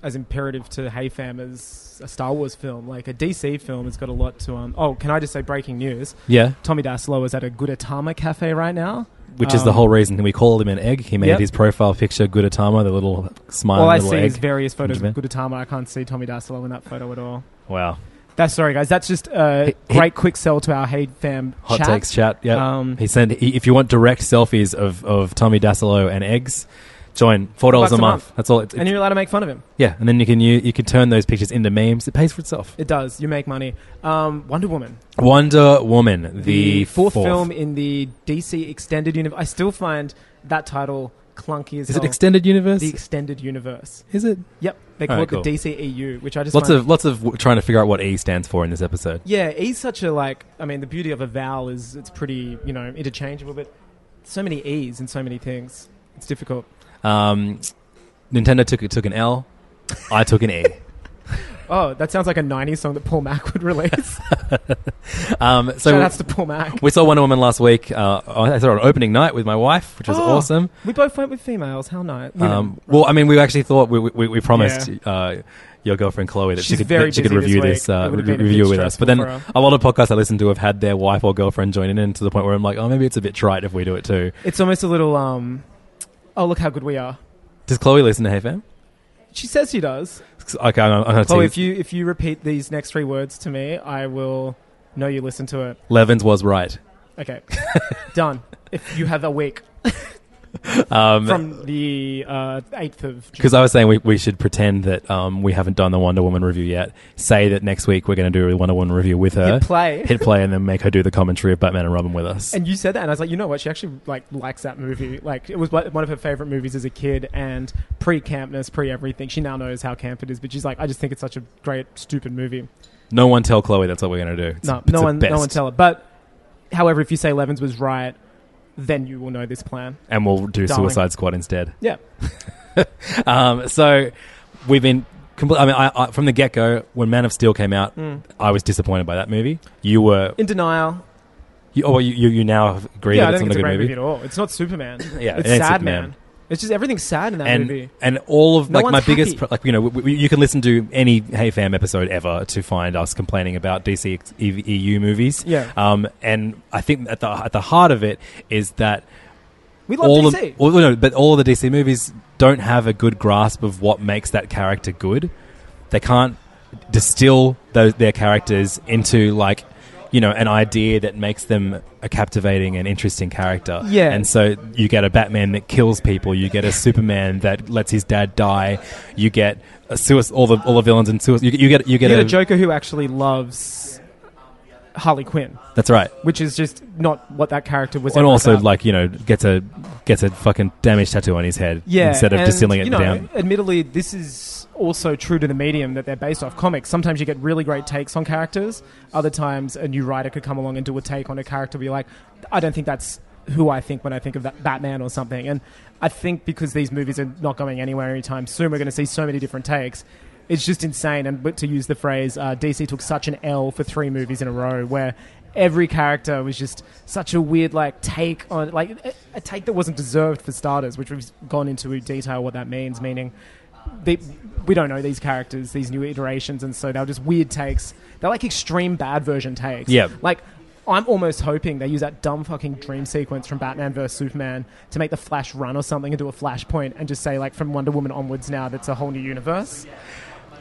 Speaker 5: as imperative to Hey Fam as a Star Wars film. Like a DC film has got a lot to. Um, oh, can I just say breaking news?
Speaker 4: Yeah.
Speaker 5: Tommy Daslow is at a Gudetama cafe right now.
Speaker 4: Which is the
Speaker 5: Um,
Speaker 4: whole reason we called him an egg. He made
Speaker 5: Yep.
Speaker 4: his profile picture Gudetama, the little smile.
Speaker 5: All I
Speaker 4: little
Speaker 5: see
Speaker 4: egg.
Speaker 5: is various photos of
Speaker 4: Japan.
Speaker 5: Gudetama. I can't see Tommy Daslow in that photo at all.
Speaker 4: wow.
Speaker 5: That's sorry, guys. That's just a
Speaker 4: Hey, hey-
Speaker 5: great quick sell to our Hey Fam
Speaker 4: Hot
Speaker 5: chat.
Speaker 4: takes chat. Yeah.
Speaker 5: Um,
Speaker 4: he sent. He, if you want direct selfies of of Tommy Dasilo and eggs, join four dollars
Speaker 5: Bucks
Speaker 4: a
Speaker 5: a
Speaker 4: month.
Speaker 5: month.
Speaker 4: That's all. It's,
Speaker 5: and
Speaker 4: it's-
Speaker 5: you're allowed to make fun of him.
Speaker 4: yeah. And then you can you, you can turn those pictures into memes. It pays for itself.
Speaker 5: It does. You make money. Um, Wonder Woman,
Speaker 4: Wonder Woman, the,
Speaker 5: fourth, film in the DC extended universe. I still find that title clunky as
Speaker 4: Is it
Speaker 5: hell.
Speaker 4: extended universe?
Speaker 5: the extended universe.
Speaker 4: Is it?
Speaker 5: Yep, they call
Speaker 4: Alright,
Speaker 5: it
Speaker 4: cool.
Speaker 5: the DCEU, which I just
Speaker 4: Lots
Speaker 5: find-
Speaker 4: of lots of w- trying to figure out what E stands for in this episode.
Speaker 5: Yeah, E's such a like. I mean, the beauty of a vowel is it's pretty, you know, interchangeable, but so many E's and so many things. It's difficult.
Speaker 4: Um, Nintendo took took an L. I took an E.
Speaker 5: Oh, that sounds like a '90s song that Paul Mac would release.
Speaker 4: Um,
Speaker 5: so
Speaker 4: so
Speaker 5: Shout outs to Paul Mac.
Speaker 4: we saw Wonder Woman last week. Uh, I saw it on opening night with my wife, which was
Speaker 5: Oh.
Speaker 4: awesome.
Speaker 5: We both went with females. How nice. Women.
Speaker 4: Um, well, I mean, we actually thought we we, we promised uh, your girlfriend Chloe that she
Speaker 5: She's
Speaker 4: could
Speaker 5: very
Speaker 4: that she could
Speaker 5: busy this
Speaker 4: review
Speaker 5: week.
Speaker 4: this, uh,
Speaker 5: It
Speaker 4: re-
Speaker 5: would've been a bit
Speaker 4: review with us. But then
Speaker 5: stressful for her.
Speaker 4: a lot of podcasts I listen to have had their wife or girlfriend join in, and to the point where I'm like, oh, maybe it's a bit trite if we do it too.
Speaker 5: it's almost a little. um Oh, look how good we are.
Speaker 4: Does Chloe listen to HeyFam?
Speaker 5: She says she does.
Speaker 4: Okay, I'm, I'm going to
Speaker 5: Chloe,
Speaker 4: tease.
Speaker 5: if you if you repeat these next three words to me, I will know you listen to it.
Speaker 4: Levins was right.
Speaker 5: Okay, done. If you have a week
Speaker 4: Um,
Speaker 5: from the uh, 8th of June.
Speaker 4: Because I was saying we, we should pretend that um, we haven't done the Wonder Woman review yet. Say that next week we're going to do a Wonder Woman review with her.
Speaker 5: Hit play.
Speaker 4: Hit play and then make her do the commentary of Batman and Robin with us.
Speaker 5: And you said that, and I was like, you know what? She actually like likes that movie. Like it was one one of her favorite movies as a kid, and pre campness, pre everything. She now knows how camp it is, but she's like, I just think it's such a great stupid movie.
Speaker 4: no one tell Chloe that's what we're going to do. It's,
Speaker 5: No,
Speaker 4: it's
Speaker 5: no
Speaker 4: the
Speaker 5: one, no
Speaker 4: best.
Speaker 5: one tell her. But however, if you say Levens was right, then you will know this plan.
Speaker 4: And we'll do
Speaker 5: Darling.
Speaker 4: Suicide Squad instead.
Speaker 5: Yeah,
Speaker 4: Um, so we've been. Compl- I mean, I, I, from the get go, when Man of Steel came out,
Speaker 5: Mm.
Speaker 4: I was disappointed by that movie. You were.
Speaker 5: in denial.
Speaker 4: You, oh, well, you, you, you now agree
Speaker 5: Yeah, I
Speaker 4: that it's
Speaker 5: don't
Speaker 4: not a
Speaker 5: think it's a
Speaker 4: good
Speaker 5: great
Speaker 4: movie.
Speaker 5: movie. at all. It's not Superman.
Speaker 4: Yeah,
Speaker 5: it's
Speaker 4: it ain't
Speaker 5: sad
Speaker 4: Superman.
Speaker 5: man. It's just everything's sad in that
Speaker 4: and
Speaker 5: movie.
Speaker 4: and all of
Speaker 5: No
Speaker 4: like my
Speaker 5: one's
Speaker 4: biggest
Speaker 5: happy.
Speaker 4: pro- like you know w- w- you can listen to any Hey Fam episode ever to find us complaining about DC ex- E- EU movies.
Speaker 5: Yeah.
Speaker 4: Um, and I think at the at the heart of it is that
Speaker 5: We love
Speaker 4: all
Speaker 5: DC.
Speaker 4: of well, no, but all of the DC movies don't have a good grasp of what makes that character good. They can't distill those their characters into like you know an idea that makes them a captivating and interesting character.
Speaker 5: Yeah.
Speaker 4: And so you get a Batman that kills people. You get a Superman that lets his dad die. You get a suicide, all the all the villains in suicide. You, get- you get you
Speaker 5: you
Speaker 4: get,
Speaker 5: get a Joker who actually loves Harley Quinn,
Speaker 4: That's right.
Speaker 5: which is just not what that character was.
Speaker 4: And
Speaker 5: ever
Speaker 4: also,
Speaker 5: about.
Speaker 4: like you know, gets a gets a fucking damage tattoo on his head
Speaker 5: Yeah,
Speaker 4: instead of
Speaker 5: and,
Speaker 4: distilling it
Speaker 5: you know,
Speaker 4: down.
Speaker 5: Admittedly, this is also true to the medium that they're based off comics. Sometimes you get really great takes on characters. Other times, a new writer could come along and do a take on a character. Be like, I don't think that's who I think when I think of that Batman or something. And I think because these movies are not going anywhere anytime soon, we're going to see so many different takes. It's just insane. And but to use the phrase, uh, DC took such an L for three movies in a row, where every character was just such a weird like take on like a, a take that wasn't deserved for starters, which we've gone into in detail what that means, meaning they, we don't know these characters, these new iterations, and so they're just weird takes. They're like extreme bad version takes.
Speaker 4: Yeah.
Speaker 5: Like, I'm almost hoping they use that dumb fucking dream sequence from Batman vs. Superman to make the Flash run or something and do a flashpoint and just say, like, from Wonder Woman onwards now, that's a whole new universe.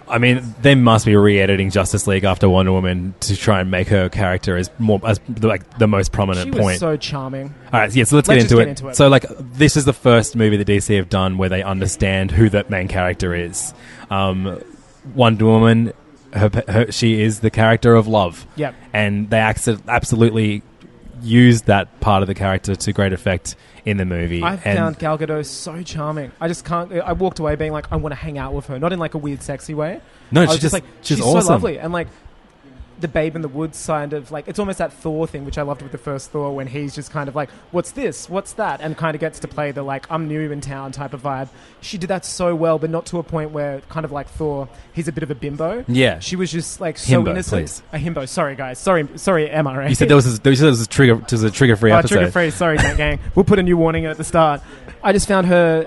Speaker 4: I mean, they must be re-editing Justice League after Wonder Woman to try and make her character as more as the, like the most prominent
Speaker 5: She was
Speaker 4: point.
Speaker 5: so charming.
Speaker 4: All right, yeah. So let's,
Speaker 5: Let's
Speaker 4: get,
Speaker 5: just
Speaker 4: into,
Speaker 5: get
Speaker 4: it.
Speaker 5: into it.
Speaker 4: So like, this is the first movie that DC have done where they understand who the main character is. Um, Wonder Woman, her, her, she is the character of love.
Speaker 5: Yep.
Speaker 4: and they acci- absolutely used that part of the character to great effect in the movie.
Speaker 5: I
Speaker 4: and
Speaker 5: found Gal Gadot so charming. I just can't. I walked away being like, I want to hang out with her, not in like a weird, sexy way.
Speaker 4: No,
Speaker 5: I
Speaker 4: she's
Speaker 5: was
Speaker 4: just-
Speaker 5: like,
Speaker 4: she's
Speaker 5: she's,
Speaker 4: awesome.
Speaker 5: so lovely, and like the Babe in the Woods kind of like it's almost that Thor thing, which I loved with the first Thor when he's just kind of like, what's this, what's that, and kind of gets to play the like I'm new in town type of vibe. She did that so well, but not to a point where kind of like Thor, he's a bit of a bimbo.
Speaker 4: Yeah.
Speaker 5: she was just like so
Speaker 4: Himbo,
Speaker 5: innocent.
Speaker 4: please.
Speaker 5: A himbo. Sorry, guys. Sorry, sorry, MRA.
Speaker 4: you said there was a, there was a trigger, there was a trigger-free
Speaker 5: Oh,
Speaker 4: episode.
Speaker 5: trigger free. Sorry, gang, gang. We'll put a new warning at the start. I just found her.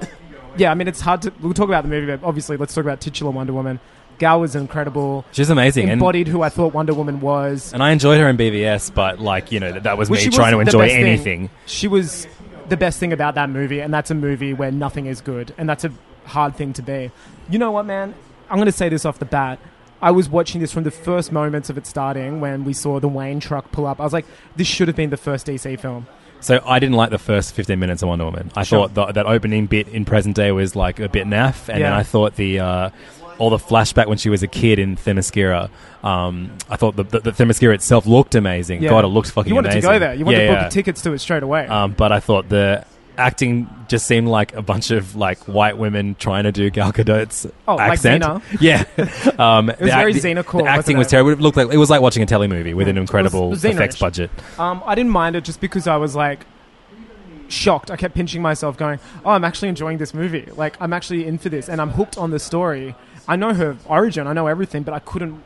Speaker 5: Yeah, I mean, it's hard to. We'll talk about the movie, but obviously, let's talk about titular Wonder Woman. Gal was incredible.
Speaker 4: She's amazing. and-
Speaker 5: Embodied who I thought Wonder Woman was.
Speaker 4: And I enjoyed her in BVS, but like you know, that, that was
Speaker 5: Well,
Speaker 4: me
Speaker 5: she was
Speaker 4: trying to
Speaker 5: the
Speaker 4: enjoy
Speaker 5: best thing.
Speaker 4: anything.
Speaker 5: She was the best thing about that movie, and that's a movie where nothing is good, and that's a hard thing to be. You know what, man? I'm going to say this off the bat. I was watching this from the first moments of it starting when we saw the Wayne truck pull up. I was like, this should have been the first DC film.
Speaker 4: So I didn't like the first fifteen minutes of Wonder Woman. I
Speaker 5: Sure.
Speaker 4: thought the, that opening bit in present day was like a bit naff, and then
Speaker 5: Yeah.
Speaker 4: I thought the uh, all the flashback when she was a kid in Themyscira. Um, I thought the, the, the Themyscira itself looked amazing.
Speaker 5: Yeah.
Speaker 4: God, it looked fucking
Speaker 5: You wanted
Speaker 4: amazing.
Speaker 5: to go there. You wanted
Speaker 4: Yeah,
Speaker 5: to book
Speaker 4: yeah.
Speaker 5: tickets to it straight away.
Speaker 4: Um, but I thought the acting just seemed like a bunch of like white women trying to do Gal Gadot's
Speaker 5: Oh, like
Speaker 4: accent.
Speaker 5: Xena.
Speaker 4: Yeah, um, it
Speaker 5: was very Xena core,
Speaker 4: The acting
Speaker 5: wasn't
Speaker 4: was
Speaker 5: it? Mm.
Speaker 4: terrible. It looked like it was like watching a telly movie with an incredible
Speaker 5: was Xena-ish.
Speaker 4: effects budget.
Speaker 5: Um, I didn't mind it just because I was like shocked. I kept pinching myself, going, "Oh, I'm actually enjoying this movie. Like, I'm actually in for this, and I'm hooked on the story. I know her origin, I know everything, but I couldn't.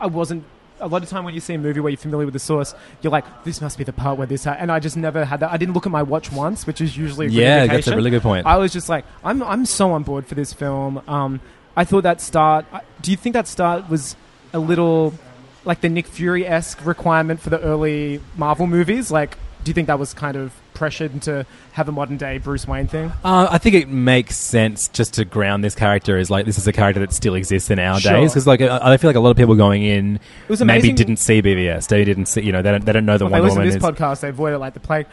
Speaker 5: I wasn't." A lot of time when you see a movie where you're familiar with the source, you're like, "This must be the part where this." Ha-. And I just never had that. I didn't look at my watch once, which is usually a good
Speaker 4: Yeah,
Speaker 5: indication.
Speaker 4: that's a really good point.
Speaker 5: I was just like, I'm I'm so on board for this film. Um, I thought that start. I- Do you think that start was a little like the Nick Fury esque requirement for the early Marvel movies? Like, do you think that was kind of pressured into have a modern day Bruce Wayne thing?
Speaker 4: Uh, I think it makes sense just to ground this character as like this is a character that still exists in our
Speaker 5: Sure.
Speaker 4: days because like I, I feel like a lot of people going in
Speaker 5: was
Speaker 4: maybe
Speaker 5: amazing-
Speaker 4: didn't see BVS. They didn't see you know they don't, they don't know the
Speaker 5: If they
Speaker 4: Wonder
Speaker 5: listen to
Speaker 4: Woman
Speaker 5: this
Speaker 4: is.
Speaker 5: podcast, they avoid it like the plague.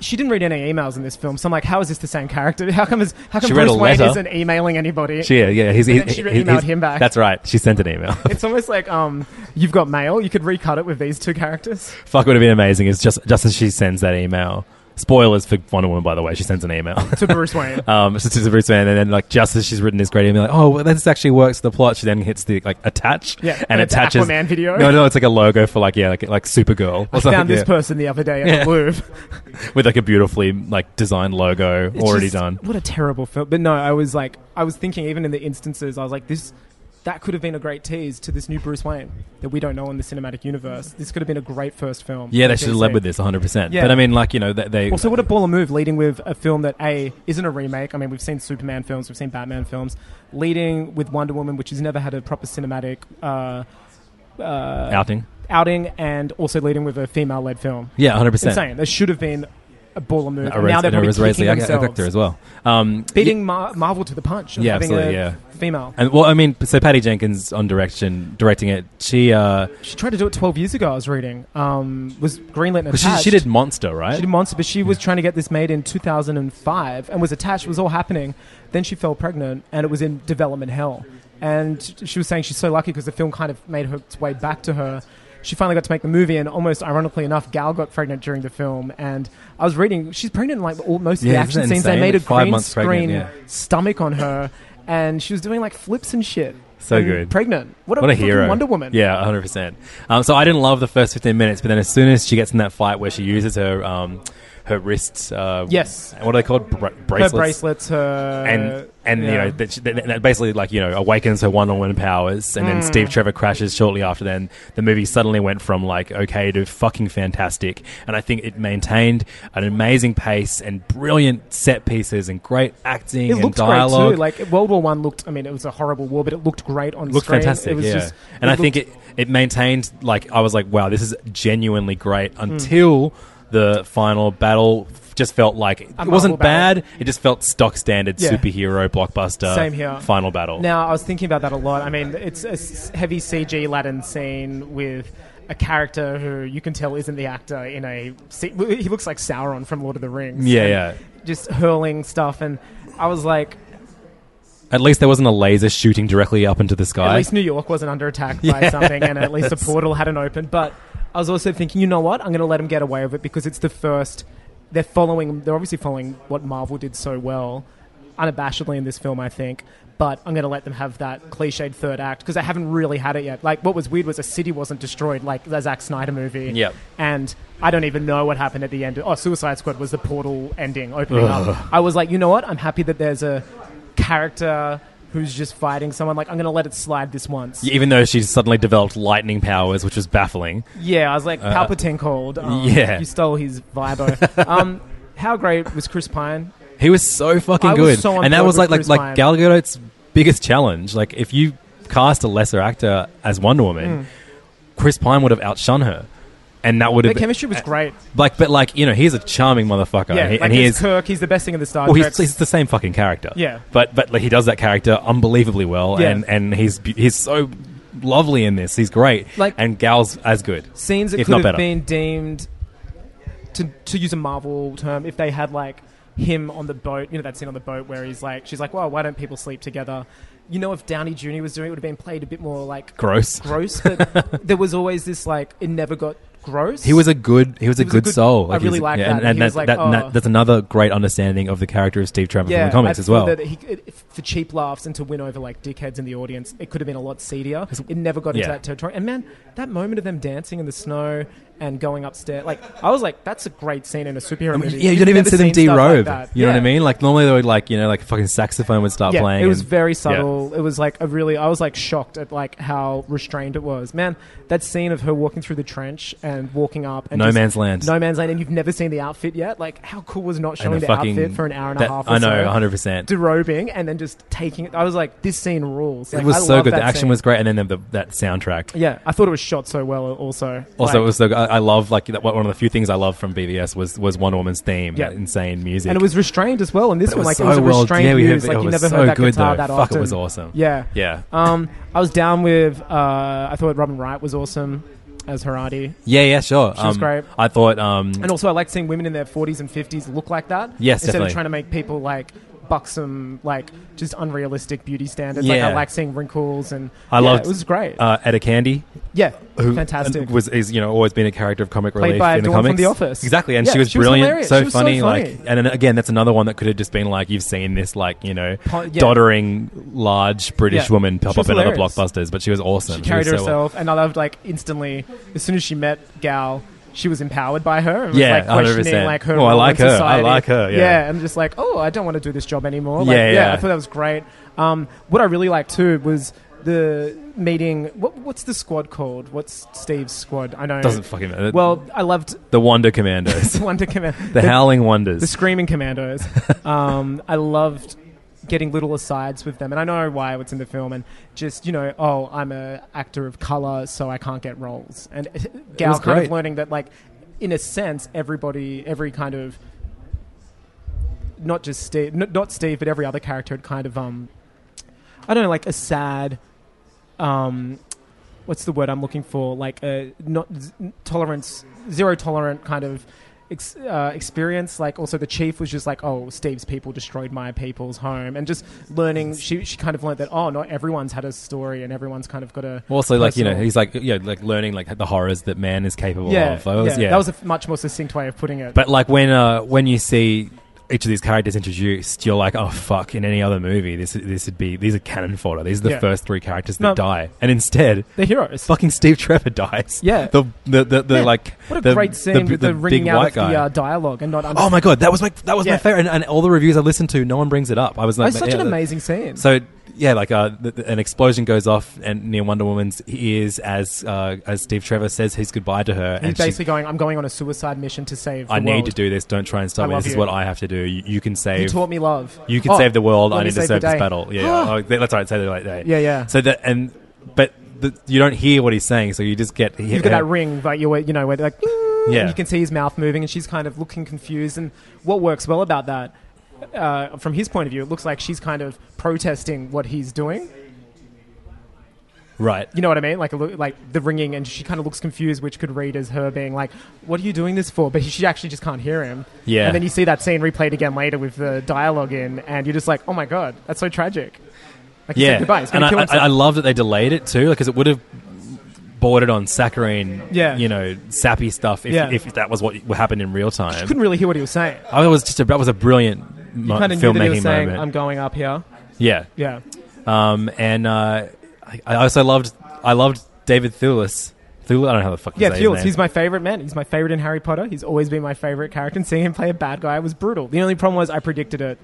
Speaker 5: She didn't read any emails in this film, so I'm like, how is this the same character? How come? Is, how come
Speaker 4: She read
Speaker 5: Bruce
Speaker 4: a
Speaker 5: Wayne
Speaker 4: letter.
Speaker 5: isn't emailing anybody?
Speaker 4: She, yeah, yeah, he's,
Speaker 5: And
Speaker 4: he's,
Speaker 5: then she
Speaker 4: he's-
Speaker 5: emailed
Speaker 4: he's-
Speaker 5: him back.
Speaker 4: That's right. She sent an email.
Speaker 5: it's almost like um, you've got mail. You could recut it with these two characters.
Speaker 4: Fuck would have been amazing is just just as she sends that email. Spoilers for Wonder Woman, by the way. She sends an email
Speaker 5: To Bruce Wayne.
Speaker 4: um, so to Bruce Wayne, and then like just as she's written this great email, like, oh, well, this actually works for the plot. She then hits the like attach,
Speaker 5: Yeah, and it's Aquaman video.
Speaker 4: No, no, it's like a logo for like yeah, like like Supergirl. Or
Speaker 5: I
Speaker 4: something,
Speaker 5: found this
Speaker 4: yeah.
Speaker 5: person the other day at
Speaker 4: Yeah.
Speaker 5: the Louvre.
Speaker 4: with like a beautifully like designed logo
Speaker 5: It's
Speaker 4: already
Speaker 5: just-
Speaker 4: done.
Speaker 5: What a terrible film. But no, I was like, I was thinking even in the instances, I was like, this, that could have been a great tease to this new Bruce Wayne that we don't know in the cinematic universe. This could have been a great first film.
Speaker 4: Yeah, they
Speaker 5: for
Speaker 4: should have
Speaker 5: DC.
Speaker 4: led with this 100. percent
Speaker 5: Yeah.
Speaker 4: But I mean, like you know, they, they
Speaker 5: Also, what a baller move leading with a film that A isn't a remake. I mean, we've seen Superman films, we've seen Batman films, leading with Wonder Woman, which has never had a proper cinematic uh,
Speaker 4: outing.
Speaker 5: outing, and also leading with a female-led film.
Speaker 4: Yeah, 100. percent
Speaker 5: Insane. There should have been a baller move.
Speaker 4: A
Speaker 5: and now they're probably kicking themselves.
Speaker 4: as well. Um,
Speaker 5: beating Mar- Marvel to the punch. Of
Speaker 4: Yeah,
Speaker 5: having
Speaker 4: absolutely,
Speaker 5: A
Speaker 4: yeah.
Speaker 5: Female.
Speaker 4: And well, I mean, so Patty Jenkins on direction, directing it. She uh,
Speaker 5: She tried to do it 12 years ago. I was reading. Um, was greenlit and
Speaker 4: well, she,
Speaker 5: attached.
Speaker 4: she did Monster, right?
Speaker 5: She did Monster, but she was trying to get this made in 2005 and was attached. It was all happening. Then she fell pregnant, and it was in development hell. And she was saying she's so lucky because the film kind of made her its way back to her. She finally got to make the movie, and almost ironically enough, Gal got pregnant during the film. And I was reading, she's pregnant in like all, most of
Speaker 4: Yeah, isn't
Speaker 5: the action
Speaker 4: that
Speaker 5: scenes. They
Speaker 4: insane?
Speaker 5: made a
Speaker 4: Like, five
Speaker 5: green
Speaker 4: months pregnant,
Speaker 5: screen
Speaker 4: yeah.
Speaker 5: stomach on her, and she was doing like flips and shit.
Speaker 4: So
Speaker 5: and
Speaker 4: good.
Speaker 5: Pregnant. What a,
Speaker 4: what a
Speaker 5: fucking
Speaker 4: hero,
Speaker 5: Wonder Woman.
Speaker 4: Yeah, hundred percent. um, So I didn't love the first fifteen minutes, but then as soon as she gets in that fight where she uses her um, her wrists. Uh,
Speaker 5: Yes.
Speaker 4: What are they called? Bra-
Speaker 5: her
Speaker 4: bracelets.
Speaker 5: bracelets, her
Speaker 4: and and you
Speaker 5: Uh, yeah.
Speaker 4: know that, she, that, that basically like you know awakens her one-on-one powers, and then Steve Trevor crashes shortly after. Then the movie suddenly went from like okay to fucking fantastic, and I think it maintained an amazing pace and brilliant set pieces and great acting
Speaker 5: it
Speaker 4: and
Speaker 5: looked
Speaker 4: dialogue.
Speaker 5: great too. Like World War One looked. I mean, it was a horrible war, but it looked great on
Speaker 4: looked
Speaker 5: screen.
Speaker 4: fantastic,
Speaker 5: It was
Speaker 4: yeah.
Speaker 5: just,
Speaker 4: and
Speaker 5: it
Speaker 4: I think
Speaker 5: looked-
Speaker 4: it it maintained like I was like, wow, this is genuinely great
Speaker 5: Hmm.
Speaker 4: until the final battle f- just felt like it
Speaker 5: Marvel
Speaker 4: wasn't
Speaker 5: battle.
Speaker 4: bad. It just felt stock standard
Speaker 5: Yeah.
Speaker 4: superhero blockbuster.
Speaker 5: Same here.
Speaker 4: Final battle.
Speaker 5: Now I was thinking about that a lot. I mean, it's a s- heavy CG laden scene with a character who you can tell isn't the actor. In a se- he looks like Sauron from Lord of the Rings.
Speaker 4: yeah,
Speaker 5: And
Speaker 4: yeah.
Speaker 5: Just hurling stuff, and I was like,
Speaker 4: At least there wasn't a laser shooting directly up into the
Speaker 5: At
Speaker 4: sky.
Speaker 5: least New York wasn't under attack by something, and at least a portal hadn't opened. But I was also thinking, you know what? I'm going to let them get away with it because it's the first. They're following. They're obviously following what Marvel did so well, unabashedly in this film, I think. But I'm going to let them have that cliched third act because they haven't really had it yet. Like, what was weird was a city wasn't destroyed, like the Zack Snyder movie.
Speaker 4: Yep.
Speaker 5: And I don't even know what happened at the end. Oh, Suicide Squad was the portal ending, opening up. I was like, you know what? I'm happy that there's a character who's just fighting someone. Like, I'm going to let it slide this once. Yeah,
Speaker 4: even though she suddenly developed lightning powers, which was baffling.
Speaker 5: I was like, Palpatine called. Um,
Speaker 4: Uh, yeah.
Speaker 5: You stole his vibo. um, how great was Chris Pine?
Speaker 4: He was so fucking
Speaker 5: I was
Speaker 4: good,
Speaker 5: so on
Speaker 4: and that
Speaker 5: board
Speaker 4: was
Speaker 5: with
Speaker 4: like like
Speaker 5: Chris Pine.
Speaker 4: like Gal Gadot's biggest challenge. Like if you cast a lesser actor as Wonder
Speaker 5: Hmm.
Speaker 4: Woman, Chris Pine would have outshone her, and that would
Speaker 5: The
Speaker 4: have been-
Speaker 5: chemistry was great.
Speaker 4: like. But like you know, he's a charming motherfucker,
Speaker 5: Yeah,
Speaker 4: and he,
Speaker 5: like
Speaker 4: and he
Speaker 5: he's
Speaker 4: is.
Speaker 5: Kirk. He's the best thing in the Star
Speaker 4: Well,
Speaker 5: Trek.
Speaker 4: he's, he's the same fucking character.
Speaker 5: Yeah.
Speaker 4: but but like, he does that character unbelievably well,
Speaker 5: Yeah.
Speaker 4: and and he's be- he's so lovely in this. He's great,
Speaker 5: Like-
Speaker 4: and Gal's as good.
Speaker 5: scenes that
Speaker 4: if
Speaker 5: could
Speaker 4: not
Speaker 5: have
Speaker 4: better.
Speaker 5: been deemed to to use a Marvel term if they had like him on the boat. You know that scene on the boat where he's like, she's like, "Well, why don't people sleep together?" You know, if Downey Jr. was doing it, it would have been played a bit more like
Speaker 4: Gross.
Speaker 5: gross. But there was always this like it never got gross.
Speaker 4: He was a good. He was a,
Speaker 5: was a
Speaker 4: good,
Speaker 5: good-
Speaker 4: soul.
Speaker 5: I really
Speaker 4: he was,
Speaker 5: like that.
Speaker 4: And, and
Speaker 5: He was
Speaker 4: that,
Speaker 5: like,
Speaker 4: that,
Speaker 5: oh.
Speaker 4: that- that's another great understanding of the character of Steve Trevor from the comics
Speaker 5: I
Speaker 4: as well.
Speaker 5: feel That he, it, for cheap laughs and to win over like dickheads in the audience, it could have been a lot seedier. It never got into
Speaker 4: Yeah.
Speaker 5: that territory. And man, that moment of them dancing in the snow and going upstairs, like I was like, that's a great scene in a superhero
Speaker 4: I mean,
Speaker 5: movie.
Speaker 4: yeah, you
Speaker 5: You've
Speaker 4: didn't even
Speaker 5: never
Speaker 4: see them
Speaker 5: seen stuff like
Speaker 4: derobe.
Speaker 5: that.
Speaker 4: you know what I
Speaker 5: Yeah.
Speaker 4: mean? Like normally they would like you know like a fucking saxophone would start
Speaker 5: Yeah,
Speaker 4: playing.
Speaker 5: it was
Speaker 4: and-
Speaker 5: very
Speaker 4: yeah.
Speaker 5: subtle. It was like a really, I was like shocked at like how restrained it was. Man, that scene of her walking through the trench and walking up and
Speaker 4: No
Speaker 5: just-
Speaker 4: man's land.
Speaker 5: no man's land, and you've never seen the outfit yet. Like, how cool was not
Speaker 4: And
Speaker 5: showing
Speaker 4: the
Speaker 5: the
Speaker 4: fucking-
Speaker 5: outfit for an hour and
Speaker 4: that-
Speaker 5: a half? Or
Speaker 4: I know,
Speaker 5: so?
Speaker 4: 100%.
Speaker 5: Derobing and then just taking it. I was like, this scene rules.
Speaker 4: It
Speaker 5: Like,
Speaker 4: was
Speaker 5: I
Speaker 4: so
Speaker 5: love
Speaker 4: good. The
Speaker 5: that
Speaker 4: action
Speaker 5: scene.
Speaker 4: was great, and then the, the, that soundtrack.
Speaker 5: Yeah, I thought it was shot so well. Also,
Speaker 4: Also,
Speaker 5: Like-
Speaker 4: it was so. good. I, I love like that. One of the few things I love from BVS was was Wonder Woman's theme.
Speaker 5: Yeah.
Speaker 4: that insane music.
Speaker 5: and it was restrained as well. In this
Speaker 4: But it
Speaker 5: one,
Speaker 4: was
Speaker 5: like it was
Speaker 4: so
Speaker 5: a
Speaker 4: well-
Speaker 5: restrained
Speaker 4: yeah, we
Speaker 5: use.
Speaker 4: heard-
Speaker 5: Like
Speaker 4: it
Speaker 5: you
Speaker 4: was
Speaker 5: never
Speaker 4: so
Speaker 5: heard that
Speaker 4: good,
Speaker 5: guitar
Speaker 4: though.
Speaker 5: that
Speaker 4: Fuck, it
Speaker 5: often.
Speaker 4: was awesome.
Speaker 5: Yeah,
Speaker 4: yeah.
Speaker 5: Um, I was down with. Uh, I thought Robin Wright was awesome as Haradi,
Speaker 4: Yeah, yeah, sure. She
Speaker 5: was great.
Speaker 4: I thought um,
Speaker 5: and also I liked seeing women in their forties and fifties look like that.
Speaker 4: Yes,
Speaker 5: instead
Speaker 4: definitely.
Speaker 5: of trying to make people like buxom, like just unrealistic beauty standards. Like
Speaker 4: Yeah.
Speaker 5: I like seeing wrinkles and
Speaker 4: I
Speaker 5: yeah,
Speaker 4: loved-
Speaker 5: it was great.
Speaker 4: uh, Etta Candy.
Speaker 5: yeah,
Speaker 4: who
Speaker 5: fantastic.
Speaker 4: was is you know always been a character of comic
Speaker 5: Played
Speaker 4: relief
Speaker 5: by
Speaker 4: in the
Speaker 5: Dawn from
Speaker 4: comics.
Speaker 5: The Office.
Speaker 4: Exactly, and
Speaker 5: Yeah,
Speaker 4: she was
Speaker 5: she was
Speaker 4: brilliant,
Speaker 5: hilarious.
Speaker 4: so,
Speaker 5: She was so
Speaker 4: funny,
Speaker 5: funny.
Speaker 4: Like, and then again, that's another one that could have just been like you've seen this like you know
Speaker 5: Po- yeah.
Speaker 4: doddering large British
Speaker 5: Yeah.
Speaker 4: woman pop
Speaker 5: She was
Speaker 4: up in other
Speaker 5: hilarious.
Speaker 4: blockbusters, but she was awesome.
Speaker 5: she carried
Speaker 4: was so well-
Speaker 5: herself, and I loved like instantly as soon as she met Gal, she was empowered by her. It was,
Speaker 4: Yeah,
Speaker 5: like questioning
Speaker 4: 100%.
Speaker 5: like her.
Speaker 4: Oh, I
Speaker 5: role
Speaker 4: like
Speaker 5: in
Speaker 4: her. I
Speaker 5: Society.
Speaker 4: like her, yeah.
Speaker 5: and just like, oh, I don't want to do this job anymore. Like,
Speaker 4: Yeah,
Speaker 5: yeah,
Speaker 4: yeah.
Speaker 5: I thought that was great. Um, what I really liked too was the meeting. What, what's the squad called? What's Steve's squad? I know.
Speaker 4: Doesn't fucking matter.
Speaker 5: Well, I loved
Speaker 4: the Wonder Commandos,
Speaker 5: Wonder Command.
Speaker 4: the Howling
Speaker 5: The
Speaker 4: Wonders.
Speaker 5: Screaming Commandos. Um, I loved getting little asides with them, and I know why it's in the film. And just you know, oh, I'm a actor of color, so I can't get roles. And Gal
Speaker 4: was
Speaker 5: kind
Speaker 4: great.
Speaker 5: of learning that, like, in a sense, everybody, every kind of not just Steve, n- not Steve, but every other character had kind of um, I don't know, like a sad, um, what's the word I'm looking for? Like a not z- tolerance, zero tolerant kind of ex- uh, experience. Like also the chief was just like, oh, Steve's people destroyed my people's home, and just learning. She she kind of learned that oh, not everyone's had a story, and everyone's kind of got a
Speaker 4: Also, like you know,
Speaker 5: personal-
Speaker 4: he's like yeah, like learning like the horrors that man is capable
Speaker 5: yeah,
Speaker 4: of. That was, yeah,
Speaker 5: that was a f- much more succinct way of putting it.
Speaker 4: But like when uh, when you see each of these characters introduced, you're like, oh fuck! In any other movie, this this would be these are cannon fodder. These are the
Speaker 5: Yeah.
Speaker 4: first three characters that
Speaker 5: No.
Speaker 4: die, and instead,
Speaker 5: They're heroes.
Speaker 4: fucking Steve Trevor dies.
Speaker 5: Yeah.
Speaker 4: the the the, the
Speaker 5: Yeah.
Speaker 4: like
Speaker 5: What a
Speaker 4: the,
Speaker 5: great scene with the, ringing
Speaker 4: big
Speaker 5: out
Speaker 4: white
Speaker 5: of
Speaker 4: guy.
Speaker 5: the uh, dialogue and not.
Speaker 4: Oh my god, that was my that was my
Speaker 5: Yeah.
Speaker 4: favorite, and, and all the reviews I listened to, no one brings it up. I was like,
Speaker 5: It's such
Speaker 4: yeah,
Speaker 5: an
Speaker 4: that-
Speaker 5: amazing scene.
Speaker 4: So yeah, like uh, th- th- an explosion goes off and near Wonder Woman's ears as uh, as Steve Trevor says his goodbye to her,
Speaker 5: he's
Speaker 4: and she's
Speaker 5: basically going, "I'm going on a suicide mission to save." The
Speaker 4: I
Speaker 5: world.
Speaker 4: need to do this. Don't try and stop
Speaker 5: I
Speaker 4: me.
Speaker 5: love
Speaker 4: This is
Speaker 5: you.
Speaker 4: what I have to do. You, you can
Speaker 5: You
Speaker 4: save.
Speaker 5: taught me love.
Speaker 4: you can
Speaker 5: Oh,
Speaker 4: save the world.
Speaker 5: let
Speaker 4: I
Speaker 5: me
Speaker 4: need to
Speaker 5: save the
Speaker 4: save this
Speaker 5: day.
Speaker 4: battle. Yeah, yeah. oh, th- that's right. Save the light day.
Speaker 5: Yeah, yeah.
Speaker 4: So that and but the, you don't hear what he's saying, so you just get
Speaker 5: You get that ring, like you you know, where they're like,
Speaker 4: Yeah.
Speaker 5: and you can see his mouth moving, and she's kind of looking confused. And what works well about that, uh, from his point of view, it looks like she's kind of protesting what he's doing.
Speaker 4: right.
Speaker 5: You know what I mean? Like, a lo- like the ringing, and she kind of looks confused, which could read as her being like, "What are you doing this for?" But he, she actually just can't hear him.
Speaker 4: Yeah.
Speaker 5: And then you see that scene replayed again later with the dialogue in, and you're just like, "Oh my god, that's so tragic." Like, he said
Speaker 4: Yeah,
Speaker 5: goodbye. He's
Speaker 4: and
Speaker 5: gonna
Speaker 4: I,
Speaker 5: kill
Speaker 4: I,
Speaker 5: himself.
Speaker 4: I love that they delayed it too, because it would have bordered on saccharine,
Speaker 5: Yeah.
Speaker 4: you know, sappy stuff if,
Speaker 5: Yeah.
Speaker 4: if that was what happened in real
Speaker 5: I
Speaker 4: time.
Speaker 5: couldn't really hear what he was saying.
Speaker 4: I was just a, that was a brilliant mo-
Speaker 5: Kind of knew that he was
Speaker 4: filmmaking
Speaker 5: saying,
Speaker 4: moment.
Speaker 5: "I'm going up here."
Speaker 4: yeah,
Speaker 5: Yeah.
Speaker 4: um, and uh, I, I also loved I loved David Thewlis. Thewlis, I don't know how the fuck. you
Speaker 5: Yeah,
Speaker 4: say
Speaker 5: Thewlis.
Speaker 4: His name.
Speaker 5: He's my favorite man. He's my favorite in Harry Potter. He's always been my favorite character, and seeing him play a bad guy was brutal. The only problem was I predicted it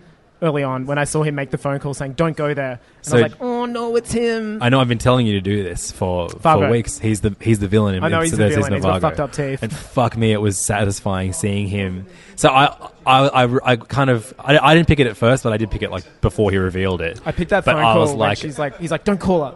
Speaker 5: early on when I saw him make the phone call saying, "Don't go there." And
Speaker 4: So-
Speaker 5: I was like, "Oh no, it's him."
Speaker 4: I know I've been telling you to do this for
Speaker 5: Fargo.
Speaker 4: for weeks. He's the he's the villain in
Speaker 5: I know
Speaker 4: in
Speaker 5: he's the
Speaker 4: their
Speaker 5: villain.
Speaker 4: season of
Speaker 5: He's got
Speaker 4: Fargo.
Speaker 5: fucked up teeth.
Speaker 4: And fuck me, it was satisfying seeing him. So I I, I, I kind of I, I didn't pick it at first, but I did pick it like before he revealed it.
Speaker 5: I picked that
Speaker 4: but
Speaker 5: phone
Speaker 4: I
Speaker 5: call.
Speaker 4: was
Speaker 5: when
Speaker 4: like,
Speaker 5: she's like, he's like, "Don't call her,"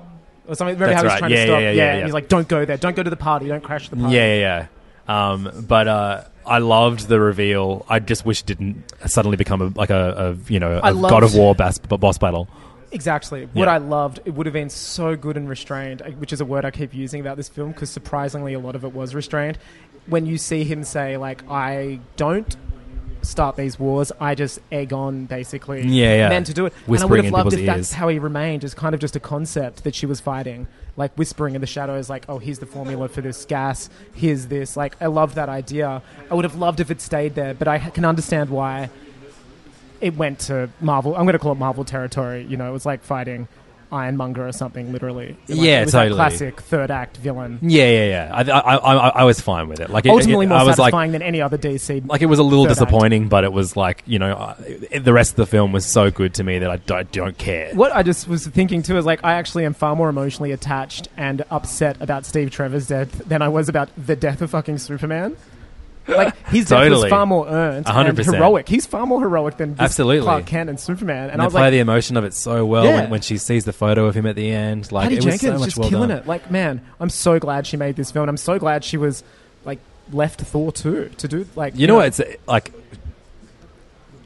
Speaker 5: or something. Remember
Speaker 4: That's
Speaker 5: how he's
Speaker 4: right.
Speaker 5: trying
Speaker 4: Yeah,
Speaker 5: to stop?
Speaker 4: yeah, yeah, yeah,
Speaker 5: And
Speaker 4: yeah.
Speaker 5: he's like, "Don't go there. Don't go to the party. Don't crash the
Speaker 4: yeah,
Speaker 5: party."
Speaker 4: yeah, yeah. Um, but uh, I loved the reveal. I just wish it didn't suddenly become a, like a, a you know
Speaker 5: I
Speaker 4: a
Speaker 5: loved-
Speaker 4: God of War bas- b- boss battle.
Speaker 5: Exactly. What
Speaker 4: Yeah.
Speaker 5: I loved, it would have been so good and restrained, uh, which is a word I keep using about this film because surprisingly a lot of it was restrained. When you see him say, like, I don't start these wars, I just egg on, basically.
Speaker 4: Yeah, yeah.
Speaker 5: Men to do it.
Speaker 4: Whispering in
Speaker 5: and I would
Speaker 4: people's
Speaker 5: have loved if
Speaker 4: ears.
Speaker 5: that's how he remained, as kind of just a concept that she was fighting. Like, whispering in the shadows, like, oh, here's the formula for this gas, here's this. Like, I love that idea. I would have loved if it stayed there, but I h- can understand why it went to Marvel. I'm going to call it Marvel territory. You know, it was like fighting Ironmonger or something, literally. Like,
Speaker 4: Yeah,
Speaker 5: it was that
Speaker 4: totally.
Speaker 5: classic third act villain.
Speaker 4: Yeah, yeah, yeah. I, I, I, I was fine with it. Like it-
Speaker 5: Ultimately
Speaker 4: it,
Speaker 5: more
Speaker 4: I was like,
Speaker 5: satisfying than any other DC.
Speaker 4: like it was a little
Speaker 5: Third act.
Speaker 4: disappointing, but it was like you know I, the rest of the film was so good to me that I, d- I don't care.
Speaker 5: what I just was thinking too is like I actually am far more emotionally attached and upset about Steve Trevor's death than I was about the death of fucking Superman. Like his death
Speaker 4: Totally.
Speaker 5: was far more earned and
Speaker 4: 100%.
Speaker 5: heroic. He's far more heroic than this
Speaker 4: Absolutely.
Speaker 5: Clark Kent and Superman. And,
Speaker 4: And
Speaker 5: I
Speaker 4: they
Speaker 5: was
Speaker 4: play
Speaker 5: like,
Speaker 4: the emotion of it so well
Speaker 5: Yeah.
Speaker 4: when, when she sees the photo of him at the end. Like
Speaker 5: Patty
Speaker 4: it was
Speaker 5: Jenkins
Speaker 4: so much
Speaker 5: just
Speaker 4: well
Speaker 5: killing
Speaker 4: done.
Speaker 5: it. Like, man, I'm so glad she made this film. I'm so glad she was like left Thor too to do like.
Speaker 4: You, know, what? It's uh, like